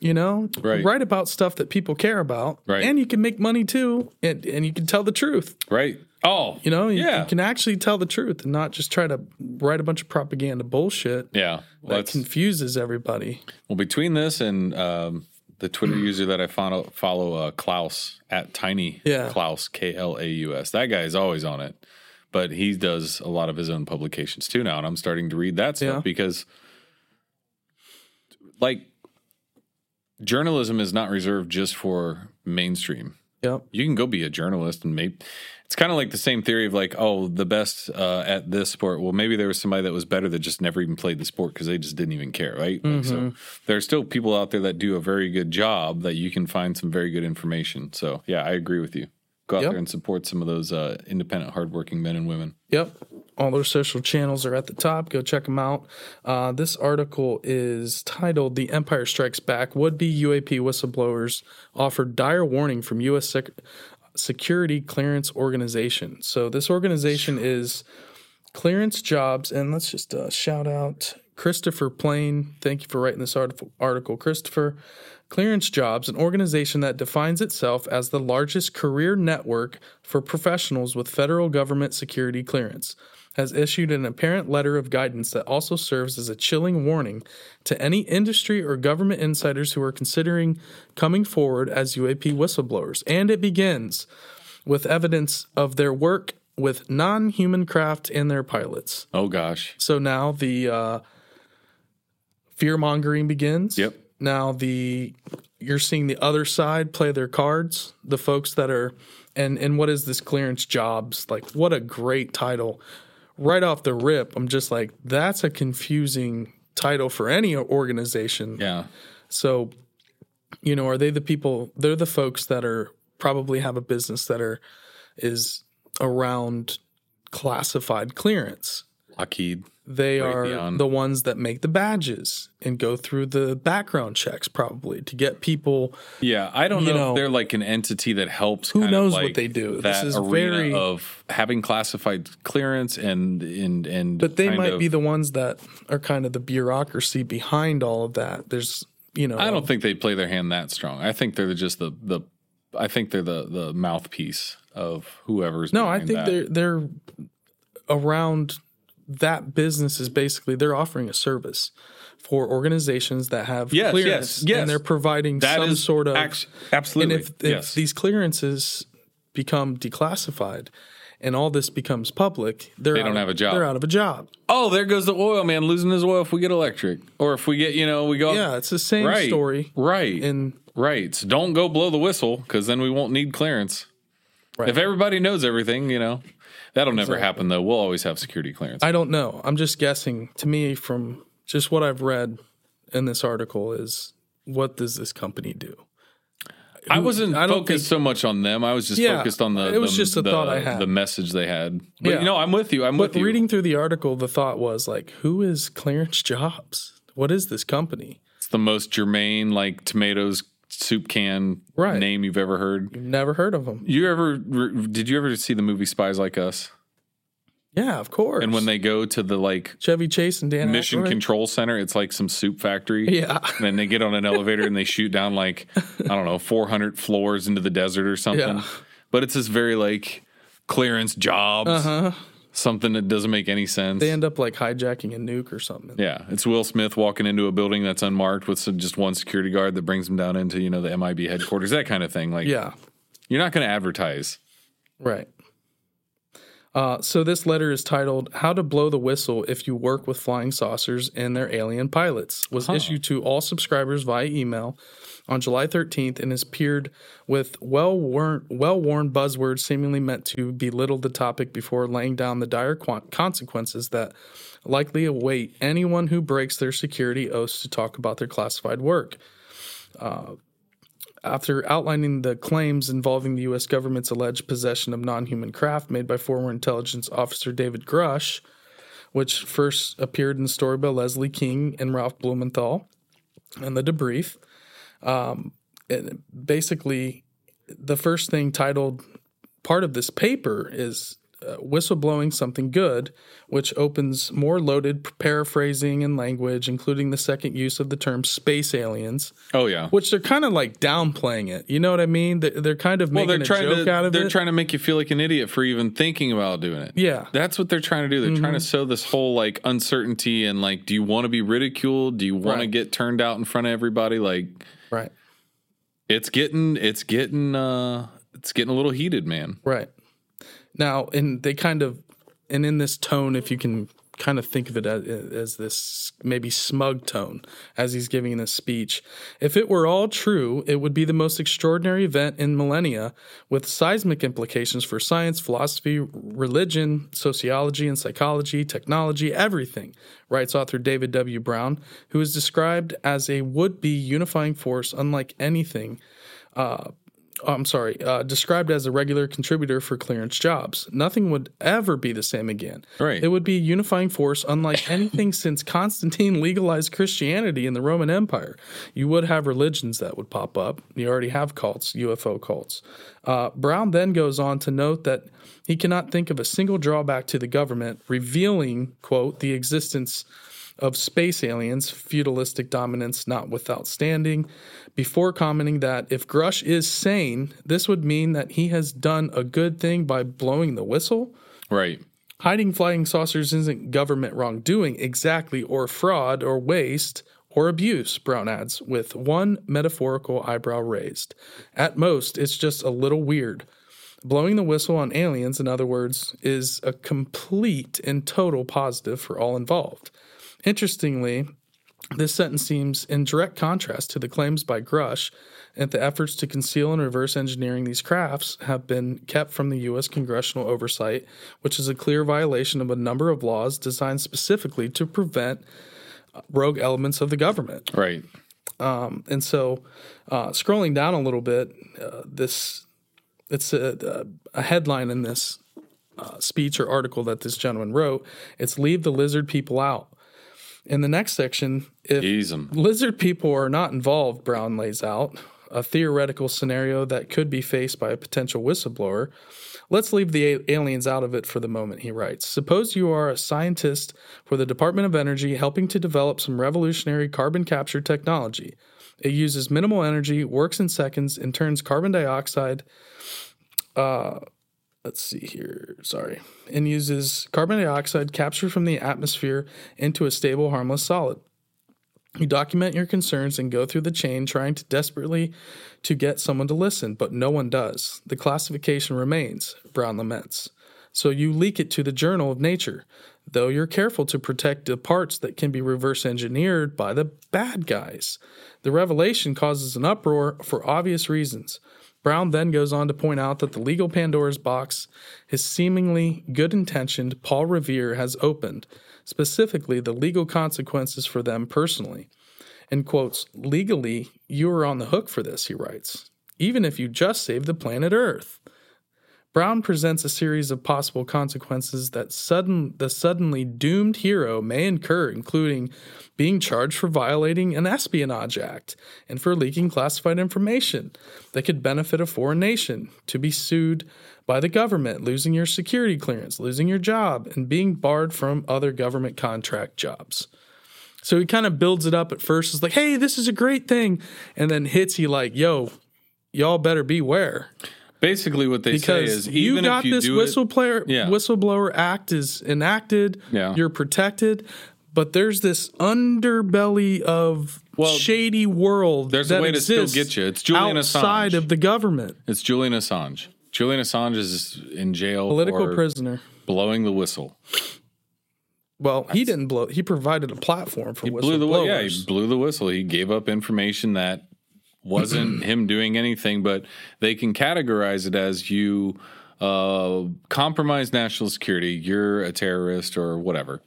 S1: you know
S2: Right.
S1: write about stuff that people care about
S2: Right.
S1: and you can make money too and, and you can tell the truth
S2: Right. Oh.
S1: you know you,
S2: yeah.
S1: you can actually tell the truth and not just try to write a bunch of propaganda bullshit
S2: yeah. Well,
S1: that
S2: that's,
S1: confuses everybody
S2: well, between this and um, the *clears throat* Twitter user that I follow, follow uh, Klaus at Tiny
S1: Yeah.
S2: Klaus, K L A U S, that guy is always on it. But he does a lot of his own publications too now. And I'm starting to read that stuff
S1: Yeah.
S2: because, like, journalism is not reserved just for mainstream.
S1: yep
S2: you can go be a journalist and maybe it's kind of like the same theory of like oh the best uh, at this sport well maybe there was somebody that was better that just never even played the sport because they just didn't even care right Like,
S1: Mm-hmm.
S2: so there are still people out there that do a very good job that you can find some very good information so yeah i agree with you go out
S1: Yep.
S2: there and support some of those uh, independent hardworking men and women
S1: Yep. All their social channels are at the top. Go check them out. Uh, this article is titled The Empire Strikes Back. Would be UAP whistleblowers offered dire warning from U.S. Sec- Security Clearance Organization. So, this organization is Clearance Jobs. And let's just uh, shout out Christopher Plain. Thank you for writing this artif- article, Christopher. Clearance Jobs, an organization that defines itself as the largest career network for professionals with federal government security clearance, has issued an apparent letter of guidance that also serves as a chilling warning to any industry or government insiders who are considering coming forward as UAP whistleblowers. And it begins with evidence of their work with non human craft and their pilots.
S2: oh gosh
S1: So now the uh, fear mongering begins.
S2: Yep.
S1: Now the you're seeing the other side play their cards. The folks that are and and what is this clearance jobs like? What a great title! Right off the rip, I'm just like that's a confusing title for any organization.
S2: yeah
S1: So, you know, are they the people? They're the folks that are probably have a business that are is around classified clearance
S2: lockheed
S1: they
S2: Raytheon.
S1: are the ones that make the badges and go through the background checks probably to get people
S2: yeah i don't
S1: You
S2: know, if
S1: know,
S2: they're like an entity that helps
S1: who
S2: kind of
S1: knows what
S2: like
S1: they do. This
S2: that
S1: is
S2: arena
S1: very-
S2: of having classified clearance and and and
S1: but they
S2: kind
S1: might
S2: of-
S1: be the ones that are kind of the bureaucracy behind all of that there's you know
S2: I don't think they play their hand that strong. I think they're just the the I think they're the the mouthpiece of whoever's.
S1: no i
S2: behind
S1: think
S2: that.
S1: they're they're around that business is basically they're offering a service for organizations that have
S2: Yes,
S1: clearance
S2: yes, yes.
S1: and they're providing
S2: That
S1: some
S2: is
S1: sort of
S2: act- absolutely.
S1: And if, if
S2: Yes.
S1: these clearances become declassified and all this becomes public, they're
S2: They
S1: out
S2: don't
S1: of-
S2: have a job.
S1: They're out of a job.
S2: oh, there goes the oil man losing his oil if we get electric, or if we get you know we go
S1: Yeah, it's the same
S2: Oh, right
S1: story.
S2: right
S1: And
S2: right. So don't go blow the whistle because then we won't need clearance.
S1: Right.
S2: If everybody knows everything, you know that'll never happen though. We'll always have security clearance.
S1: I don't know. I'm just guessing. To me, from just what I've read in this article, is what does this company do?
S2: I wasn't
S1: I don't
S2: focused so much on them. I was just
S1: Yeah,
S2: focused on the.
S1: it was
S2: the-
S1: just a
S2: the-
S1: thought I had.
S2: The message they had. But
S1: Yeah.
S2: no, I'm with you. I'm
S1: But
S2: with you.
S1: reading through the article, the thought was like, who is Clarence Jobs? What is this company?
S2: It's the most germane, like tomatoes soup can
S1: Right.
S2: name you've ever heard.
S1: Never heard of them.
S2: You ever re- did you ever see the movie Spies Like Us?
S1: Yeah, of course.
S2: And when they go to the like
S1: Chevy Chase and Dan
S2: mission
S1: Aykroyd?
S2: control center, it's like some soup factory.
S1: *laughs* Yeah.
S2: And then they get on an elevator and they shoot down like I don't know 400 floors into the desert or something.
S1: Yeah.
S2: But it's this very like clearance jobs,
S1: Uh-huh.
S2: something that doesn't make any sense.
S1: They end up like hijacking a nuke or something.
S2: Yeah, it's Will Smith walking into a building that's unmarked with some, just one security guard that brings him down into you know the MIB headquarters, that kind of thing. Like,
S1: Yeah,
S2: you're not going to advertise.
S1: right. Uh, so this letter is titled "How to Blow the Whistle If You Work with Flying Saucers and Their Alien Pilots." Was issued to all subscribers via email on July 13th and is peered with well-worn, well-worn buzzwords seemingly meant to belittle the topic before laying down the dire quan- consequences that likely await anyone who breaks their security oaths to talk about their classified work after outlining the claims involving the U.S. government's alleged possession of non human craft made by former intelligence officer David Grush, which first appeared in the story by Leslie King and Ralph Blumenthal, and the debrief. Um, and basically, the first thing titled part of this paper is uh, whistleblowing something good, which opens more loaded paraphrasing and language, including the second use of the term space aliens
S2: Oh yeah.
S1: which they're kind of like downplaying it. You know what I mean? They're, they're kind of
S2: well,
S1: making
S2: they're
S1: a
S2: trying
S1: joke
S2: to
S1: out of
S2: they're
S1: it.
S2: trying to make you feel like an idiot for even thinking about doing it.
S1: yeah, Mm-hmm.
S2: That's what they're trying to do. They're trying to sow this whole like uncertainty and like, do you want to be ridiculed? Do you want to
S1: Right.
S2: get turned out in front of everybody? Like,
S1: right,
S2: it's getting it's getting uh it's getting a little heated, man.
S1: right. Now, and they kind of, and in this tone, if you can kind of think of it as, as this maybe smug tone as he's giving this speech. If it were all true, it would be the most extraordinary event in millennia with seismic implications for science, philosophy, religion, sociology and psychology, technology, everything, writes author David W. Brown, who is described as a would be unifying force unlike anything I'm sorry, uh, described as a regular contributor for clearance jobs. Nothing would ever be the same again.
S2: Right.
S1: It would be a unifying force unlike anything since Constantine legalized Christianity in the Roman Empire. You would have religions that would pop up. You already have cults, UFO cults. Uh, Brown then goes on to note that he cannot think of a single drawback to the government revealing, quote, the existence of space aliens, feudalistic dominance not without standing, before commenting that if Grush is sane, this would mean that he has done a good thing by blowing the whistle.
S2: Right.
S1: Hiding flying saucers isn't government wrongdoing exactly, or fraud, or waste, or abuse, Brown adds, with one metaphorical eyebrow raised. At most, it's just a little weird. Blowing the whistle on aliens, in other words, is a complete and total positive for all involved. Interestingly, this sentence seems in direct contrast to the claims by Grush that the efforts to conceal and reverse engineering these crafts have been kept from the U.S. congressional oversight, which is a clear violation of a number of laws designed specifically to prevent uh, rogue elements of the government.
S2: Right.
S1: And so, uh, scrolling down a little bit, uh, this it's a, uh, a headline in this uh, speech or article that this gentleman wrote. It's "Leave the lizard people out." In the next section, if
S2: Ease 'em.
S1: Lizard people are not involved, Brown lays out a theoretical scenario that could be faced by a potential whistleblower. Let's leave the a- aliens out of it for the moment, he writes. Suppose you are a scientist for the Department of Energy helping to develop some revolutionary carbon capture technology. It uses minimal energy, works in seconds, and turns carbon dioxide uh, let's see here, sorry, and uses carbon dioxide captured from the atmosphere into a stable, harmless solid. You document your concerns and go through the chain trying to desperately to get someone to listen, but no one does. The classification remains, Brown laments. So you leak it to the Journal of Nature, though you're careful to protect the parts that can be reverse engineered by the bad guys. The revelation causes an uproar for obvious reasons. Brown then goes on to point out that the legal Pandora's box his seemingly good intentioned Paul Revere has opened, specifically the legal consequences for them personally. In quotes, legally, you are on the hook for this, he writes, even if you just save the planet Earth. Brown presents a series of possible consequences that sudden the suddenly doomed hero may incur, including being charged for violating an espionage act and for leaking classified information that could benefit a foreign nation, to be sued by the government, losing your security clearance, losing your job, and being barred from other government contract jobs. So he kind of builds it up at first as like, hey, this is a great thing, and then hits you like, yo, y'all better beware
S2: Basically what they say
S1: because
S2: is
S1: you
S2: even
S1: got
S2: if you
S1: this
S2: do it-
S1: whistleblower
S2: Yeah.
S1: whistleblower act is enacted.
S2: Yeah.
S1: You're protected, but there's this underbelly of shady world.
S2: there's a
S1: that
S2: way to still
S1: exists
S2: get you. It's Julian
S1: outside
S2: Assange.
S1: of the government,
S2: It's Julian Assange. Julian Assange is in jail.
S1: political
S2: for-
S1: prisoner.
S2: blowing the whistle.
S1: Well, he didn't blow. He provided a platform for
S2: He blew the whistle. Yeah,
S1: whistleblowers.
S2: he blew the whistle. He gave up information that wasn't him doing anything, but they can categorize it as you uh, compromise national security. You're a terrorist or whatever.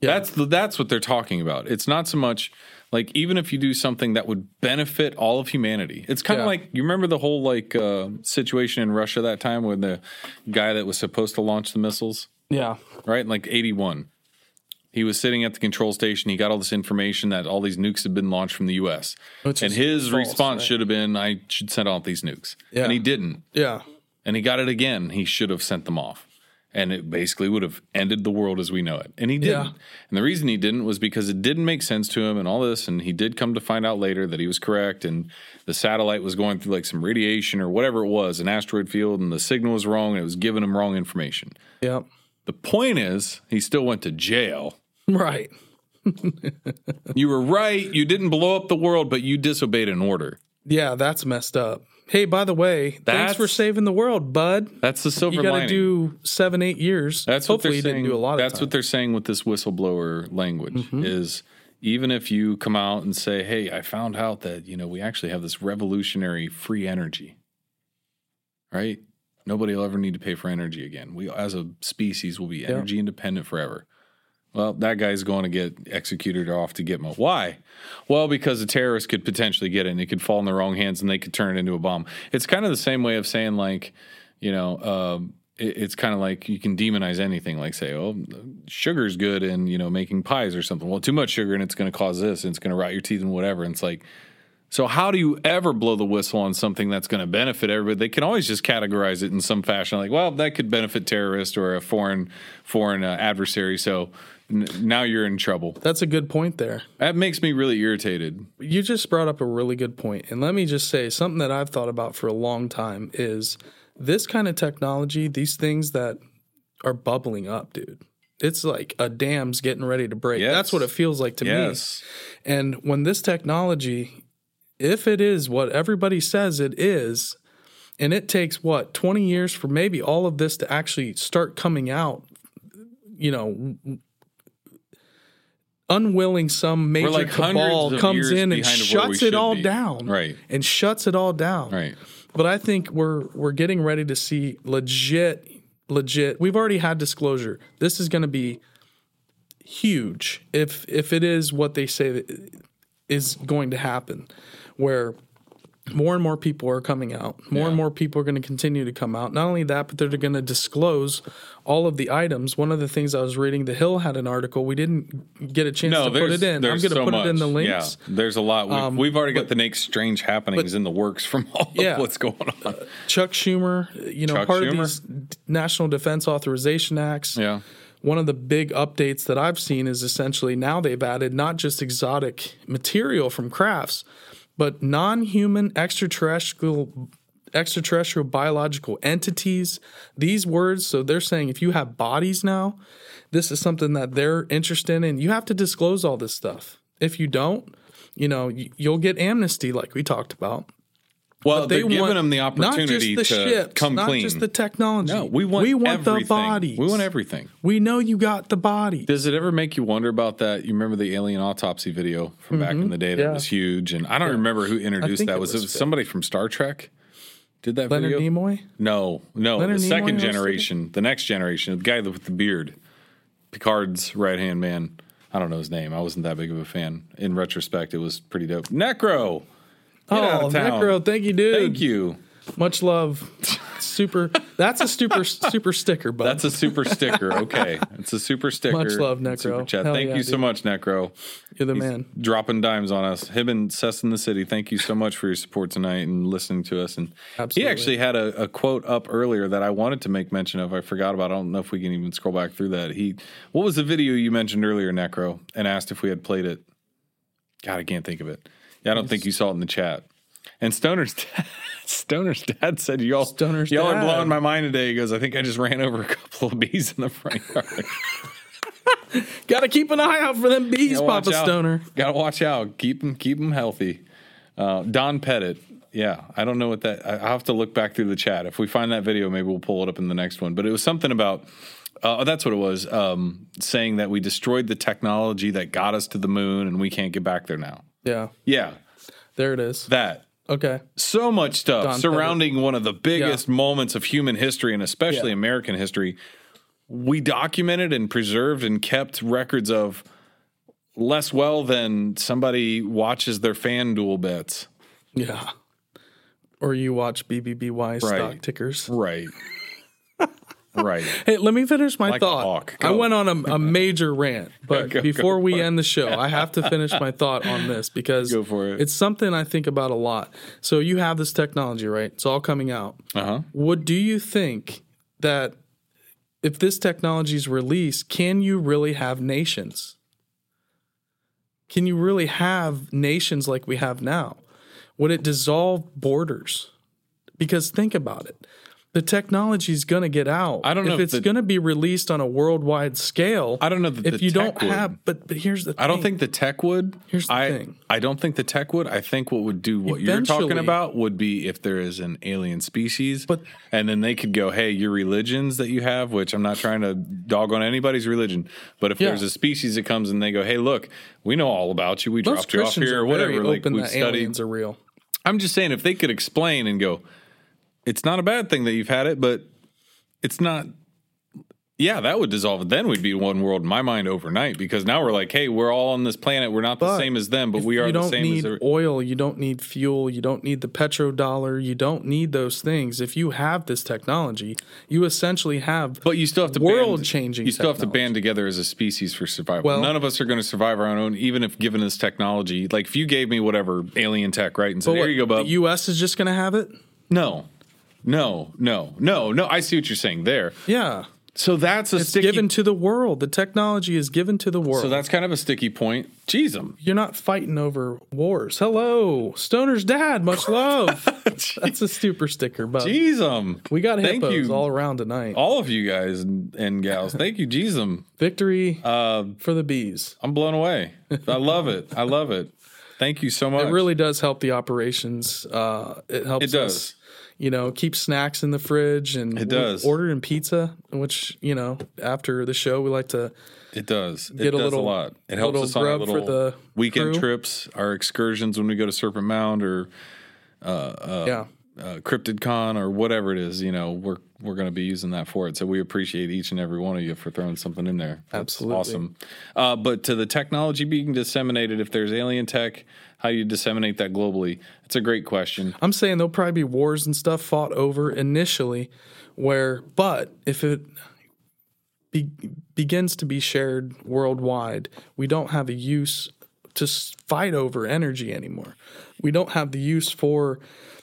S2: That's the, that's what they're talking about. It's not so much like even if you do something that would benefit all of humanity. It's kind of
S1: Yeah.
S2: like you remember the whole like uh, situation in Russia that time when the guy that was supposed to launch the missiles
S1: yeah,
S2: right? in, Like 81. He was sitting at the control station. He got all this information that all these nukes had been launched from the US.
S1: Which
S2: and
S1: is
S2: his
S1: false,
S2: response
S1: right?
S2: should have been, I should send out these nukes.
S1: Yeah.
S2: And he didn't.
S1: yeah,
S2: And he got it again. He should have sent them off. And it basically would have ended the world as we know it. And he
S1: Yeah.
S2: didn't. And the reason he didn't was because it didn't make sense to him and all this. And he did come to find out later that he was correct. And the satellite was going through like some radiation or whatever it was, an asteroid field, and the signal was wrong. And it was giving him wrong information.
S1: yeah.
S2: The point is, he still went to jail.
S1: Right.
S2: You were right. You didn't blow up the world, but you disobeyed an order.
S1: Yeah, that's messed up. Hey, by the way, thanks
S2: That's-
S1: for saving the world, bud.
S2: That's the silver
S1: You got to
S2: lining.
S1: do seven, eight years.
S2: that's
S1: hopefully
S2: what
S1: you
S2: they're
S1: didn't
S2: saying-
S1: do a lot. Of
S2: That's
S1: time. Mm-hmm.
S2: what they're saying with this whistleblower language is even if you come out and say, "Hey, I found out that you know we actually have this revolutionary free energy," right? Nobody will ever need to pay for energy again. We, as a species, will be energy independent forever. Well, that guy's going to get executed off to Gitmo. Why? Well, because a terrorist could potentially get it and it could fall in the wrong hands and they could turn it into a bomb. It's kind of the same way of saying, like, you know, um, it, it's kind of like you can demonize anything, like say, oh, sugar's good in, you know, making pies or something. Well, too much sugar and it's going to cause this and it's going to rot your teeth and whatever. And it's like, so how do you ever blow the whistle on something that's going to benefit everybody? They can always just categorize it in some fashion, like, well, that could benefit terrorist or a foreign foreign uh, adversary. So n- now you're in trouble.
S1: That's a good point there.
S2: That makes me really irritated.
S1: You just brought up a really good point. And let me just say something that I've thought about for a long time is this kind of technology, these things that are bubbling up, dude. It's like a dam's getting ready to break. That's
S2: Yes.
S1: what it feels like to me.
S2: Yes,
S1: And when this technology, if it is what everybody says it is, and it takes what, 20 years for maybe all of this to actually start coming out, you know, unwilling some major
S2: like hundreds
S1: cabal
S2: of
S1: comes
S2: years
S1: in and
S2: behind of where we
S1: shuts it
S2: should
S1: all
S2: be.
S1: down.
S2: Right.
S1: And shuts it all down.
S2: right.
S1: But I think we're we're getting ready to see legit legit. We've already had disclosure. This is going to be huge if if it is what they say that is going to happen where more and more people are coming out. More and more people are going to continue to come out. Not only that, but they're going to disclose all of the items. One of the things I was reading, The Hill had an article. We didn't get a chance
S2: No,
S1: to put it
S2: there's,
S1: in. I'm
S2: there's
S1: going to
S2: so
S1: put
S2: much.
S1: it in the links. Um,
S2: Yeah, there's a lot. We've, we've already got the next strange happenings in the works from all
S1: Yeah.
S2: of what's going on.
S1: Chuck Schumer, you know,
S2: Chuck
S1: part
S2: Schumer.
S1: of these d- National Defense Authorization Acts.
S2: Yeah.
S1: One of the big updates that I've seen is essentially now they've added not just exotic material from crafts, but non-human extraterrestrial extraterrestrial biological entities. These words, so they're saying if you have bodies now, this is something that they're interested in. You have to disclose all this stuff. If you don't, you know, y- you'll get amnesty like we talked about.
S2: Well,
S1: They
S2: Oh, they're giving
S1: want
S2: them the opportunity
S1: not just the
S2: to
S1: ships,
S2: come
S1: not
S2: clean.
S1: just the technology.
S2: no, we want
S1: we want
S2: everything.
S1: the bodies.
S2: We want everything.
S1: We know you got the body.
S2: Does it ever make you wonder about that? You remember the alien autopsy video from back in the day that
S1: Mm-hmm. Yeah.
S2: was huge, and I don't remember who introduced
S1: think
S2: that.
S1: it
S2: Was
S1: was
S2: it
S1: Phil.
S2: somebody from Star Trek? Did that
S1: Leonard
S2: video?
S1: Nimoy.
S2: No, no,
S1: Leonard
S2: the
S1: Nimoy
S2: second
S1: hosted it?
S2: generation, the next generation, the guy with the beard, Picard's right hand man. I don't know his name. I wasn't that big of a fan. In retrospect, it was pretty dope. Necro, Get out
S1: oh,
S2: of town.
S1: Necro, thank you, dude.
S2: thank you.
S1: Much love. *laughs* Super. That's a super super sticker, bud.
S2: That's a super sticker. Okay, it's a super
S1: *laughs*
S2: sticker.
S1: Much love, Necro.
S2: Super chat.
S1: Hell
S2: Thank
S1: yeah,
S2: you so
S1: dude.
S2: much, Necro.
S1: You're the
S2: He's
S1: man.
S2: dropping dimes on us. Him and Sess in the City, thank you so much for your support tonight and listening to us. And
S1: Absolutely.
S2: he actually had a, a quote up earlier that I wanted to make mention of. I forgot about. I don't know if we can even scroll back through that. He, what was the video you mentioned earlier, Necro, and asked if we had played it? God, I can't think of it. Yeah, I don't think you saw it in the chat. And Stoner's *laughs* dad, Stoner's dad said, "Y'all,
S1: Stoner's
S2: y'all
S1: dad.
S2: are blowing my mind today." He goes, "I think I just ran over a couple of bees in the front yard."
S1: Got to keep an eye out for them bees,
S2: Gotta watch
S1: Papa
S2: out.
S1: Stoner.
S2: Gotta watch out. Keep them, keep them healthy. Uh, Don Pettit. Yeah, I don't know what that. I I'll have to look back through the chat. If we find that video, maybe we'll pull it up in the next one. But it was something about Uh, that's what it was. Um, saying that we destroyed the technology that got us to the moon and we can't get back there now.
S1: Yeah,
S2: Yeah,
S1: there it is.
S2: that.
S1: Okay.
S2: So much stuff
S1: Don
S2: surrounding one of the biggest moments of human history and especially American history. We documented and preserved and kept records of less well than somebody watches their fan duel bets.
S1: Yeah. Or you watch BBBY stock
S2: Right.
S1: tickers.
S2: Right. right.
S1: Hey, let me finish my
S2: Like a
S1: thought.
S2: hawk.
S1: I
S2: Go.
S1: went on a, a major rant, but
S2: *laughs* Go, go,
S1: before
S2: go.
S1: we end the show, I have to finish my thought on this because
S2: Go for it.
S1: it's something I think about a lot. So you have this technology, right? It's all coming out.
S2: Uh huh.
S1: What do you think that if this technology is released, can you really have nations? Can you really have nations like we have now? Would it dissolve borders? Because think about it. The technology is going to get out.
S2: I don't know
S1: if
S2: if
S1: it's
S2: the-
S1: going to be released on a worldwide scale.
S2: I don't know that
S1: if
S2: the
S1: you
S2: tech
S1: don't
S2: would.
S1: have. But but here's the.
S2: I don't think the tech would.
S1: Here's the
S2: I,
S1: thing.
S2: I don't think the tech would. I think what would do what you're
S1: Eventually-
S2: talking about would be if there is an alien species,
S1: But-
S2: and then they could go, "Hey, your religions that you have," which I'm not trying to dog on anybody's religion, but if
S1: Yeah.
S2: there's a species that comes and they go, "Hey, look, we know all about you. We
S1: most
S2: dropped you off
S1: Christians
S2: here
S1: are
S2: or
S1: very
S2: whatever. Like
S1: open
S2: we
S1: that
S2: studied."
S1: aliens are real.
S2: I'm just saying if they could explain and go, "It's not a bad thing that you've had it, but it's not." Yeah, that would dissolve it. Then we'd be one world in my mind overnight because now we're like, hey, we're all on this planet. We're not the
S1: But
S2: same as them, but we are
S1: you don't
S2: the same
S1: need
S2: as the-
S1: oil you don't need fuel you don't need the petrodollar you don't need those things if you have this technology you essentially have
S2: But you still have to
S1: World-changing
S2: Band, you still have to
S1: technology.
S2: band together as a species for survival.
S1: Well-
S2: None of us are going to survive our own, even if given this technology. Like if you gave me whatever alien tech, right, and said,
S1: But
S2: "Here
S1: what,
S2: you go, bub."
S1: the us is just going to have it
S2: no, no, no, no, no. I see what you're saying there.
S1: yeah
S2: So that's a
S1: it's
S2: sticky.
S1: given to the world the technology is given to the world
S2: so that's kind of a sticky point. Jeez, um,
S1: you're not fighting over wars hello stoner's dad much
S2: *laughs*
S1: love *laughs* that's a super sticker but
S2: jeez, um.
S1: we got
S2: Thank
S1: hippos
S2: you.
S1: all around tonight
S2: all of you guys and, and gals, thank you, jeez, um.
S1: victory for the bees
S2: I'm blown away. I love it. I love it. Thank you so much.
S1: it really does help the operations uh, it helps
S2: It does.
S1: us you know, keep snacks in the fridge and
S2: It does.
S1: we- ordering pizza, which, you know, after the show we like to
S2: It does. It
S1: Get a
S2: does
S1: little-
S2: a lot. It helps
S1: little
S2: us on our
S1: grub
S2: little
S1: for the
S2: weekend
S1: crew.
S2: trips, our excursions when we go to Serpent Mound or
S1: yeah.
S2: uh, Cryptid Con or whatever it is. You know, we're we're going to be using that for it. So we appreciate each and every one of you for throwing something in there. That's
S1: Absolutely.
S2: awesome. Uh, but to the technology being disseminated, if there's alien tech, how do you disseminate that globally? It's a great question.
S1: I'm saying there'll probably be wars and stuff fought over initially where but if it be, begins to be shared worldwide, we don't have a use to s- fight over energy anymore. We don't have the use for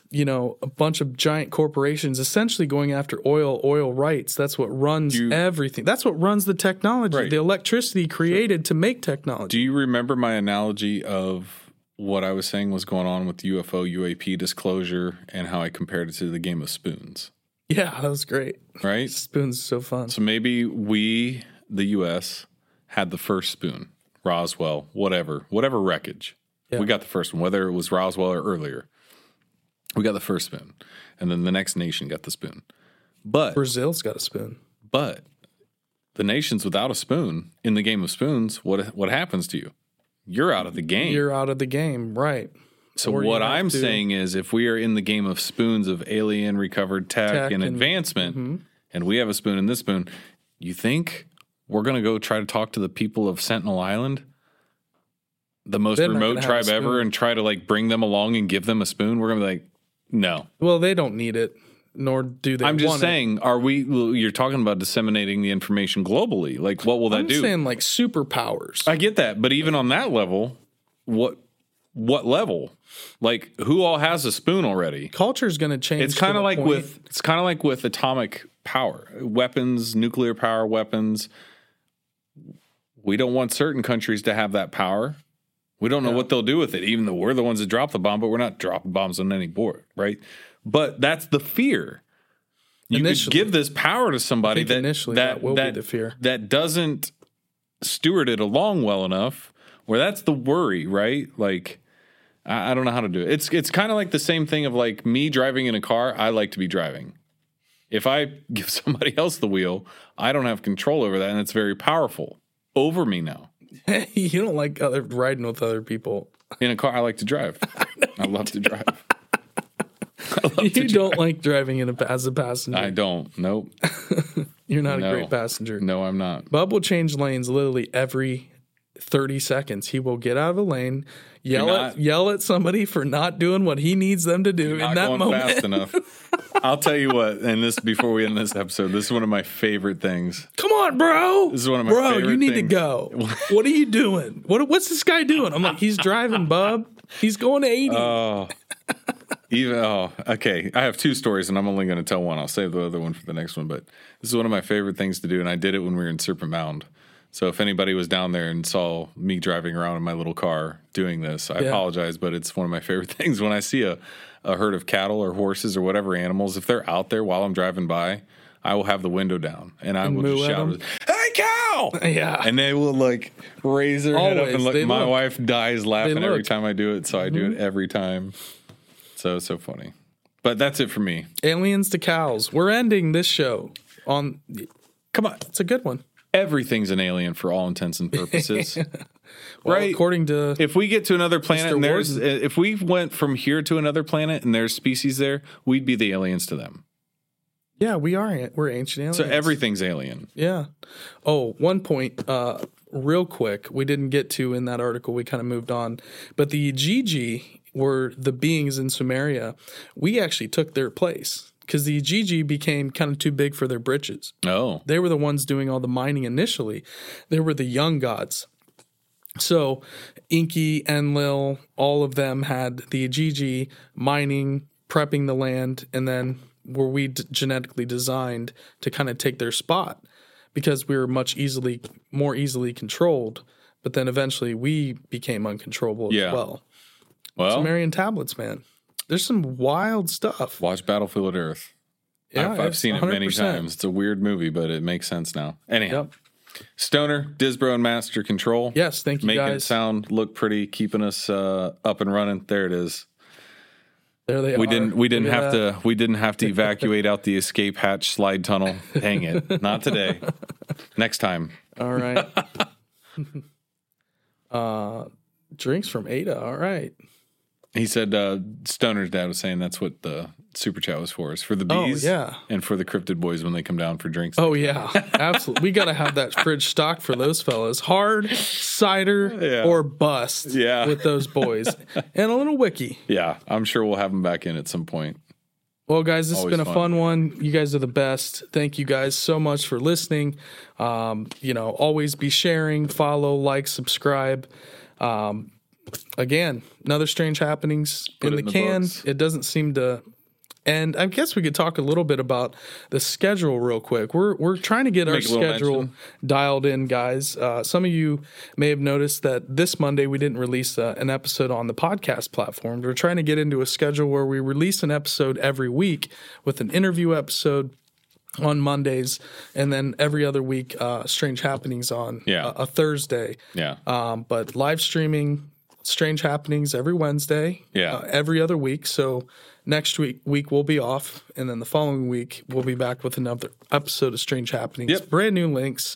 S1: you know a bunch of giant corporations essentially going after oil oil rights that's what runs
S2: Do you-
S1: everything that's what runs the technology
S2: Right.
S1: the electricity created to make technology
S2: Do you remember my analogy of what I was saying was going on with UFO UAP disclosure and how I compared it to the game of spoons?
S1: yeah that was great
S2: Right.
S1: spoons is so fun
S2: So maybe we, the U.S., had the first spoon, Roswell, whatever, whatever wreckage. We got the first one, whether it was Roswell or earlier. We got the first spoon, and then the next nation got the spoon. But
S1: brazil's got a spoon
S2: but the nations without a spoon in the game of spoons, what what happens to you? You're out of the
S1: *laughs*
S2: game.
S1: you're out of the game right
S2: So
S1: Or you
S2: what
S1: have
S2: I'm
S1: to-
S2: saying is, if we are in the game of spoons of alien recovered tech,
S1: Tech
S2: and,
S1: and- Mm-hmm.
S2: advancement, and we have a spoon and this spoon, you think we're going to go try to talk to the people of Sentinel Island, the most
S1: They're not gonna
S2: remote
S1: have a
S2: tribe ever,
S1: spoon.
S2: and try to like bring them along and give them a spoon? We're going to be like, no.
S1: Well, they don't need it, nor do they.
S2: I'm just
S1: want it.
S2: saying, are we? well, You're talking about disseminating the information globally. Like, what will that
S1: I'm
S2: do?
S1: saying like superpowers.
S2: I get that, but even on that level, what what level? Like, who all has a spoon already?
S1: Culture's going to change.
S2: it's
S1: to
S2: kind
S1: the
S2: of like
S1: point-
S2: with it's kind of like with atomic power weapons nuclear power weapons we don't want certain countries to have that power we don't know what they'll do with it even though we're the ones that drop the bomb but we're not dropping bombs on any board right but that's the fear you
S1: Initially.
S2: could give this power to somebody
S1: think
S2: that
S1: initially
S2: that
S1: that will be
S2: that-
S1: the fear.
S2: that doesn't steward it along well enough where that's the worry right like I, I don't know how to do it. It's it's kind of like the same thing of like me driving in a car. I like to be driving. If I *laughs* give somebody else the wheel, I don't have control over that, and it's very powerful over me now.
S1: *laughs* you don't like other riding with other people.
S2: In a car, I like
S1: *laughs*
S2: to drive. I love to drive. *laughs*
S1: you don't like *laughs* driving in a, as a passenger.
S2: I don't. Nope.
S1: You're not
S2: No.
S1: a great passenger.
S2: No, I'm not.
S1: Bub will change lanes literally every 30 seconds. He will get out of a lane, yell
S2: You're
S1: at
S2: not-
S1: yell at somebody for not doing what he needs them to do *laughs* in
S2: not
S1: that
S2: going
S1: moment.
S2: fast enough. I'll tell you what, and this before we end this episode, this is one of my favorite things.
S1: Come on, bro.
S2: This is one of my
S1: bro, you
S2: favorite
S1: need to
S2: things. *laughs*
S1: go. what are you doing? What what's this guy doing? I'm like, he's driving, bub. He's going to 80.
S2: Oh, even oh, okay. I have two stories, and I'm only going to tell one. I'll save the other one for the next one. But this is one of my favorite things to do, and I did it when we were in Serpent Mound. So if anybody was down there and saw me driving around in my little car doing this, I
S1: Yeah.
S2: apologize, but it's one of my favorite *laughs* things. When I see a, a herd of cattle or horses or whatever animals, if they're out there while I'm driving by, I will have the window down and I will
S1: moo
S2: just
S1: at
S2: shout,
S1: them?
S2: "Hey, cow!"
S1: Yeah.
S2: and they will like raise their head up
S1: Always.
S2: and look.
S1: They
S2: My
S1: look.
S2: wife dies laughing
S1: They
S2: every
S1: look. Mm-hmm.
S2: time I do it, so I do it every time. So so funny. But that's it for me.
S1: Aliens to cows. We're ending this show on
S2: Come on,
S1: it's a good one.
S2: everything's an alien for all intents
S1: *laughs*
S2: and purposes,
S1: Well,
S2: right?
S1: According to
S2: if we get to another planet
S1: Mr.
S2: and there's
S1: Warden.
S2: if we went from here to another planet and there's species there, we'd be the aliens to them.
S1: Yeah, we are we're ancient aliens.
S2: So everything's alien.
S1: Yeah. Oh, one point, uh, real quick, we didn't get to in that article. We kind of moved on, but the Gigi were the beings in Sumeria. We actually took their place because the Gigi became kind of too big for their britches.
S2: Oh,
S1: They were the ones doing all the mining initially. They were the young gods. So, Inki, Enlil, all of them had the Ajiji mining, prepping the land, and then were we d- genetically designed to kind of take their spot because we were much easily more easily controlled. But then eventually we became uncontrollable
S2: Yeah.
S1: as well.
S2: well,
S1: Sumerian tablets, man. There's some wild stuff.
S2: watch Battlefield Earth.
S1: Yeah,
S2: I've, I've
S1: it's
S2: seen it many
S1: 100%.
S2: times. It's a weird movie, but it makes sense now. Anyhow,
S1: Yep.
S2: Stoner, Disbro, and Master Control.
S1: Yes, thank you
S2: making it
S1: guys.
S2: sound look pretty, keeping us uh, up and running. There it is.
S1: there they
S2: We
S1: are.
S2: didn't. We didn't
S1: Look at
S2: have
S1: that.
S2: to. We didn't have to evacuate out the escape hatch slide tunnel.
S1: *laughs*
S2: Dang it! Not today. Next time.
S1: All right. *laughs* uh drinks from Ada. All right.
S2: He said uh, Stoner's dad was saying that's what the super chat was for. Is for the
S1: Oh,
S2: bees.
S1: yeah.
S2: And for the cryptid boys when they come down for drinks.
S1: Oh yeah. Absolutely. we got to have that fridge stocked for those fellas. Hard cider
S2: Yeah.
S1: or bust
S2: Yeah.
S1: with those boys. and a little wiki.
S2: Yeah, I'm sure we'll have them back in at some point.
S1: Well, guys, this
S2: Always
S1: has been
S2: fun.
S1: a fun one. You guys are the best. Thank you guys so much for listening. Um, you know, always be sharing, follow, like, subscribe. Um, again, another strange happenings in
S2: it
S1: the
S2: in the
S1: can.
S2: books.
S1: it doesn't seem to. And I guess we could talk a little bit about the schedule real quick. We're we're trying to get our
S2: Make a little
S1: schedule
S2: mention.
S1: dialed in, guys. Uh, some of you may have noticed that this Monday we didn't release uh, an episode on the podcast platform. We're trying to get into a schedule where we release an episode every week with an interview episode on Mondays, and then every other week, uh, Strange Happenings on uh,
S2: Yeah.
S1: a, a Thursday.
S2: Yeah.
S1: Um, but live streaming Strange Happenings every Wednesday.
S2: Yeah.
S1: uh, every other week. So next week week we'll be off, and then the following week we'll be back with another episode of Strange Happenings.
S2: Yep.
S1: Brand new links,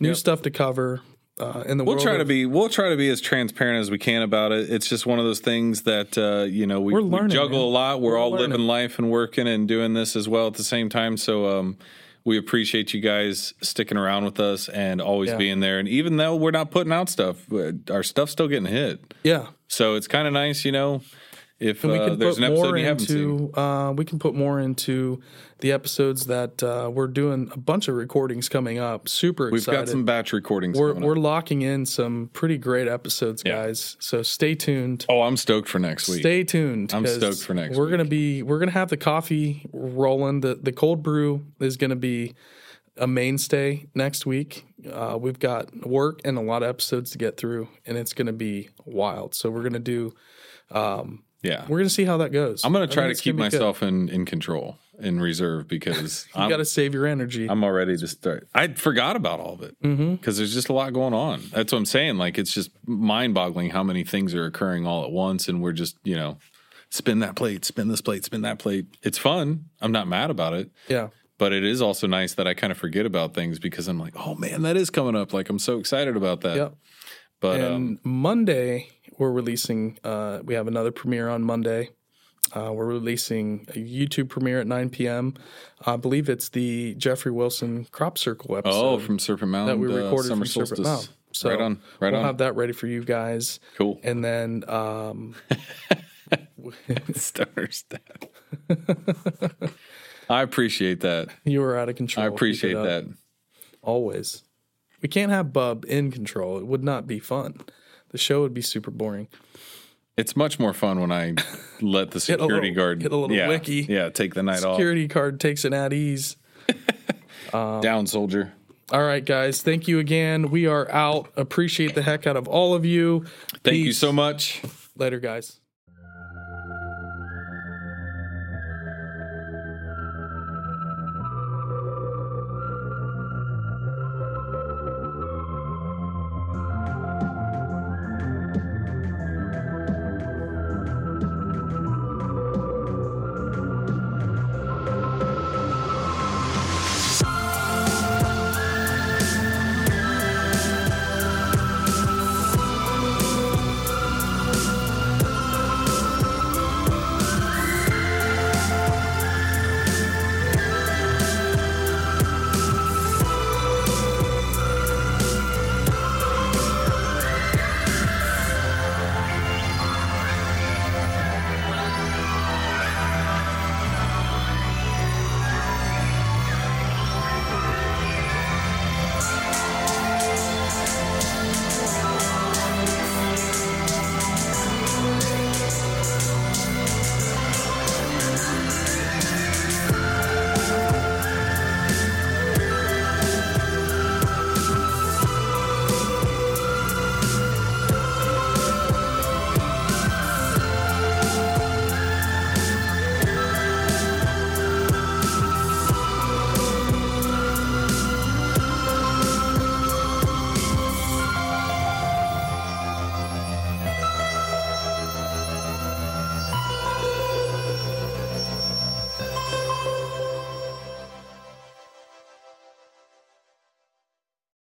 S1: new stuff to cover. Uh, in the
S2: We'll
S1: world
S2: try
S1: of-
S2: to be we'll try to be as transparent as we can about it. It's just one of those things that uh, you know we,
S1: We're
S2: we
S1: learning,
S2: juggle
S1: man.
S2: a lot. We're,
S1: We're
S2: all
S1: learning.
S2: living life and working and doing this as well at the same time. So um, we appreciate you guys sticking around with us and always
S1: Yeah.
S2: being there. And even though we're not putting out stuff, uh, our stuff's still getting hit.
S1: yeah.
S2: So it's kind of nice, you know. If
S1: And we
S2: uh,
S1: can
S2: there's
S1: put
S2: an
S1: more
S2: episode you haven't seen,
S1: into uh, we can put more into the episodes that uh, we're doing a bunch of recordings coming up. Super
S2: we've
S1: excited.
S2: got some batch recordings.
S1: we're,
S2: coming
S1: we're
S2: up.
S1: locking in some pretty great episodes, guys. So stay tuned.
S2: Oh, I'm stoked for next week.
S1: Stay tuned.
S2: I'm
S1: 'cause
S2: stoked for next
S1: We're gonna be we're gonna have the coffee rolling. The the cold brew is gonna be a mainstay next week. Uh, we've got work and a lot of episodes to get through, and it's gonna be wild. So we're gonna do
S2: yeah,
S1: we're gonna see how that goes.
S2: I'm gonna
S1: I think
S2: try to
S1: it's
S2: keep
S1: be good.
S2: myself in in control in reserve because
S1: You
S2: I'm,
S1: gotta save your energy.
S2: I'm already just start. I forgot about all of it because
S1: Mm-hmm.
S2: there's just a lot going on. That's what I'm saying. Like it's just mind boggling how many things are occurring all at once, and we're just you know, spin that plate, spin this plate, spin that plate. It's fun. I'm not mad about it,
S1: yeah.
S2: But it is also nice that I kind of forget about things because I'm like, oh man, that is coming up. Like I'm so excited about that.
S1: Yep.
S2: But um,
S1: And Monday, we're releasing, uh, we have another premiere on Monday. Uh, we're releasing a YouTube premiere at 9 p.m. I believe it's the Jeffrey Wilson crop circle episode.
S2: oh, from Serpent Mountain,
S1: that we
S2: uh,
S1: recorded from
S2: Summer
S1: Serpent
S2: Solstice.
S1: Mountain. So
S2: right on, right
S1: we'll
S2: on.
S1: have that ready for you guys.
S2: Cool. *laughs*
S1: And then um,
S2: Star Stat. I appreciate that.
S1: you were out of control.
S2: I
S1: Keep it
S2: appreciate
S1: up.
S2: that.
S1: always. We can't have Bub in control. It would not be fun. The show would be super boring.
S2: It's much more fun
S1: *laughs*
S2: when I let
S1: a
S2: the
S1: little-
S2: security guard
S1: hit a little
S2: yeah,
S1: wiki.
S2: Yeah, take the night
S1: Security card takes it at ease.
S2: off. Down, soldier.
S1: All right, guys. Thank you again. We are out. Appreciate the heck out of all of you.
S2: Thank you
S1: Peace.
S2: so much.
S1: Later, guys.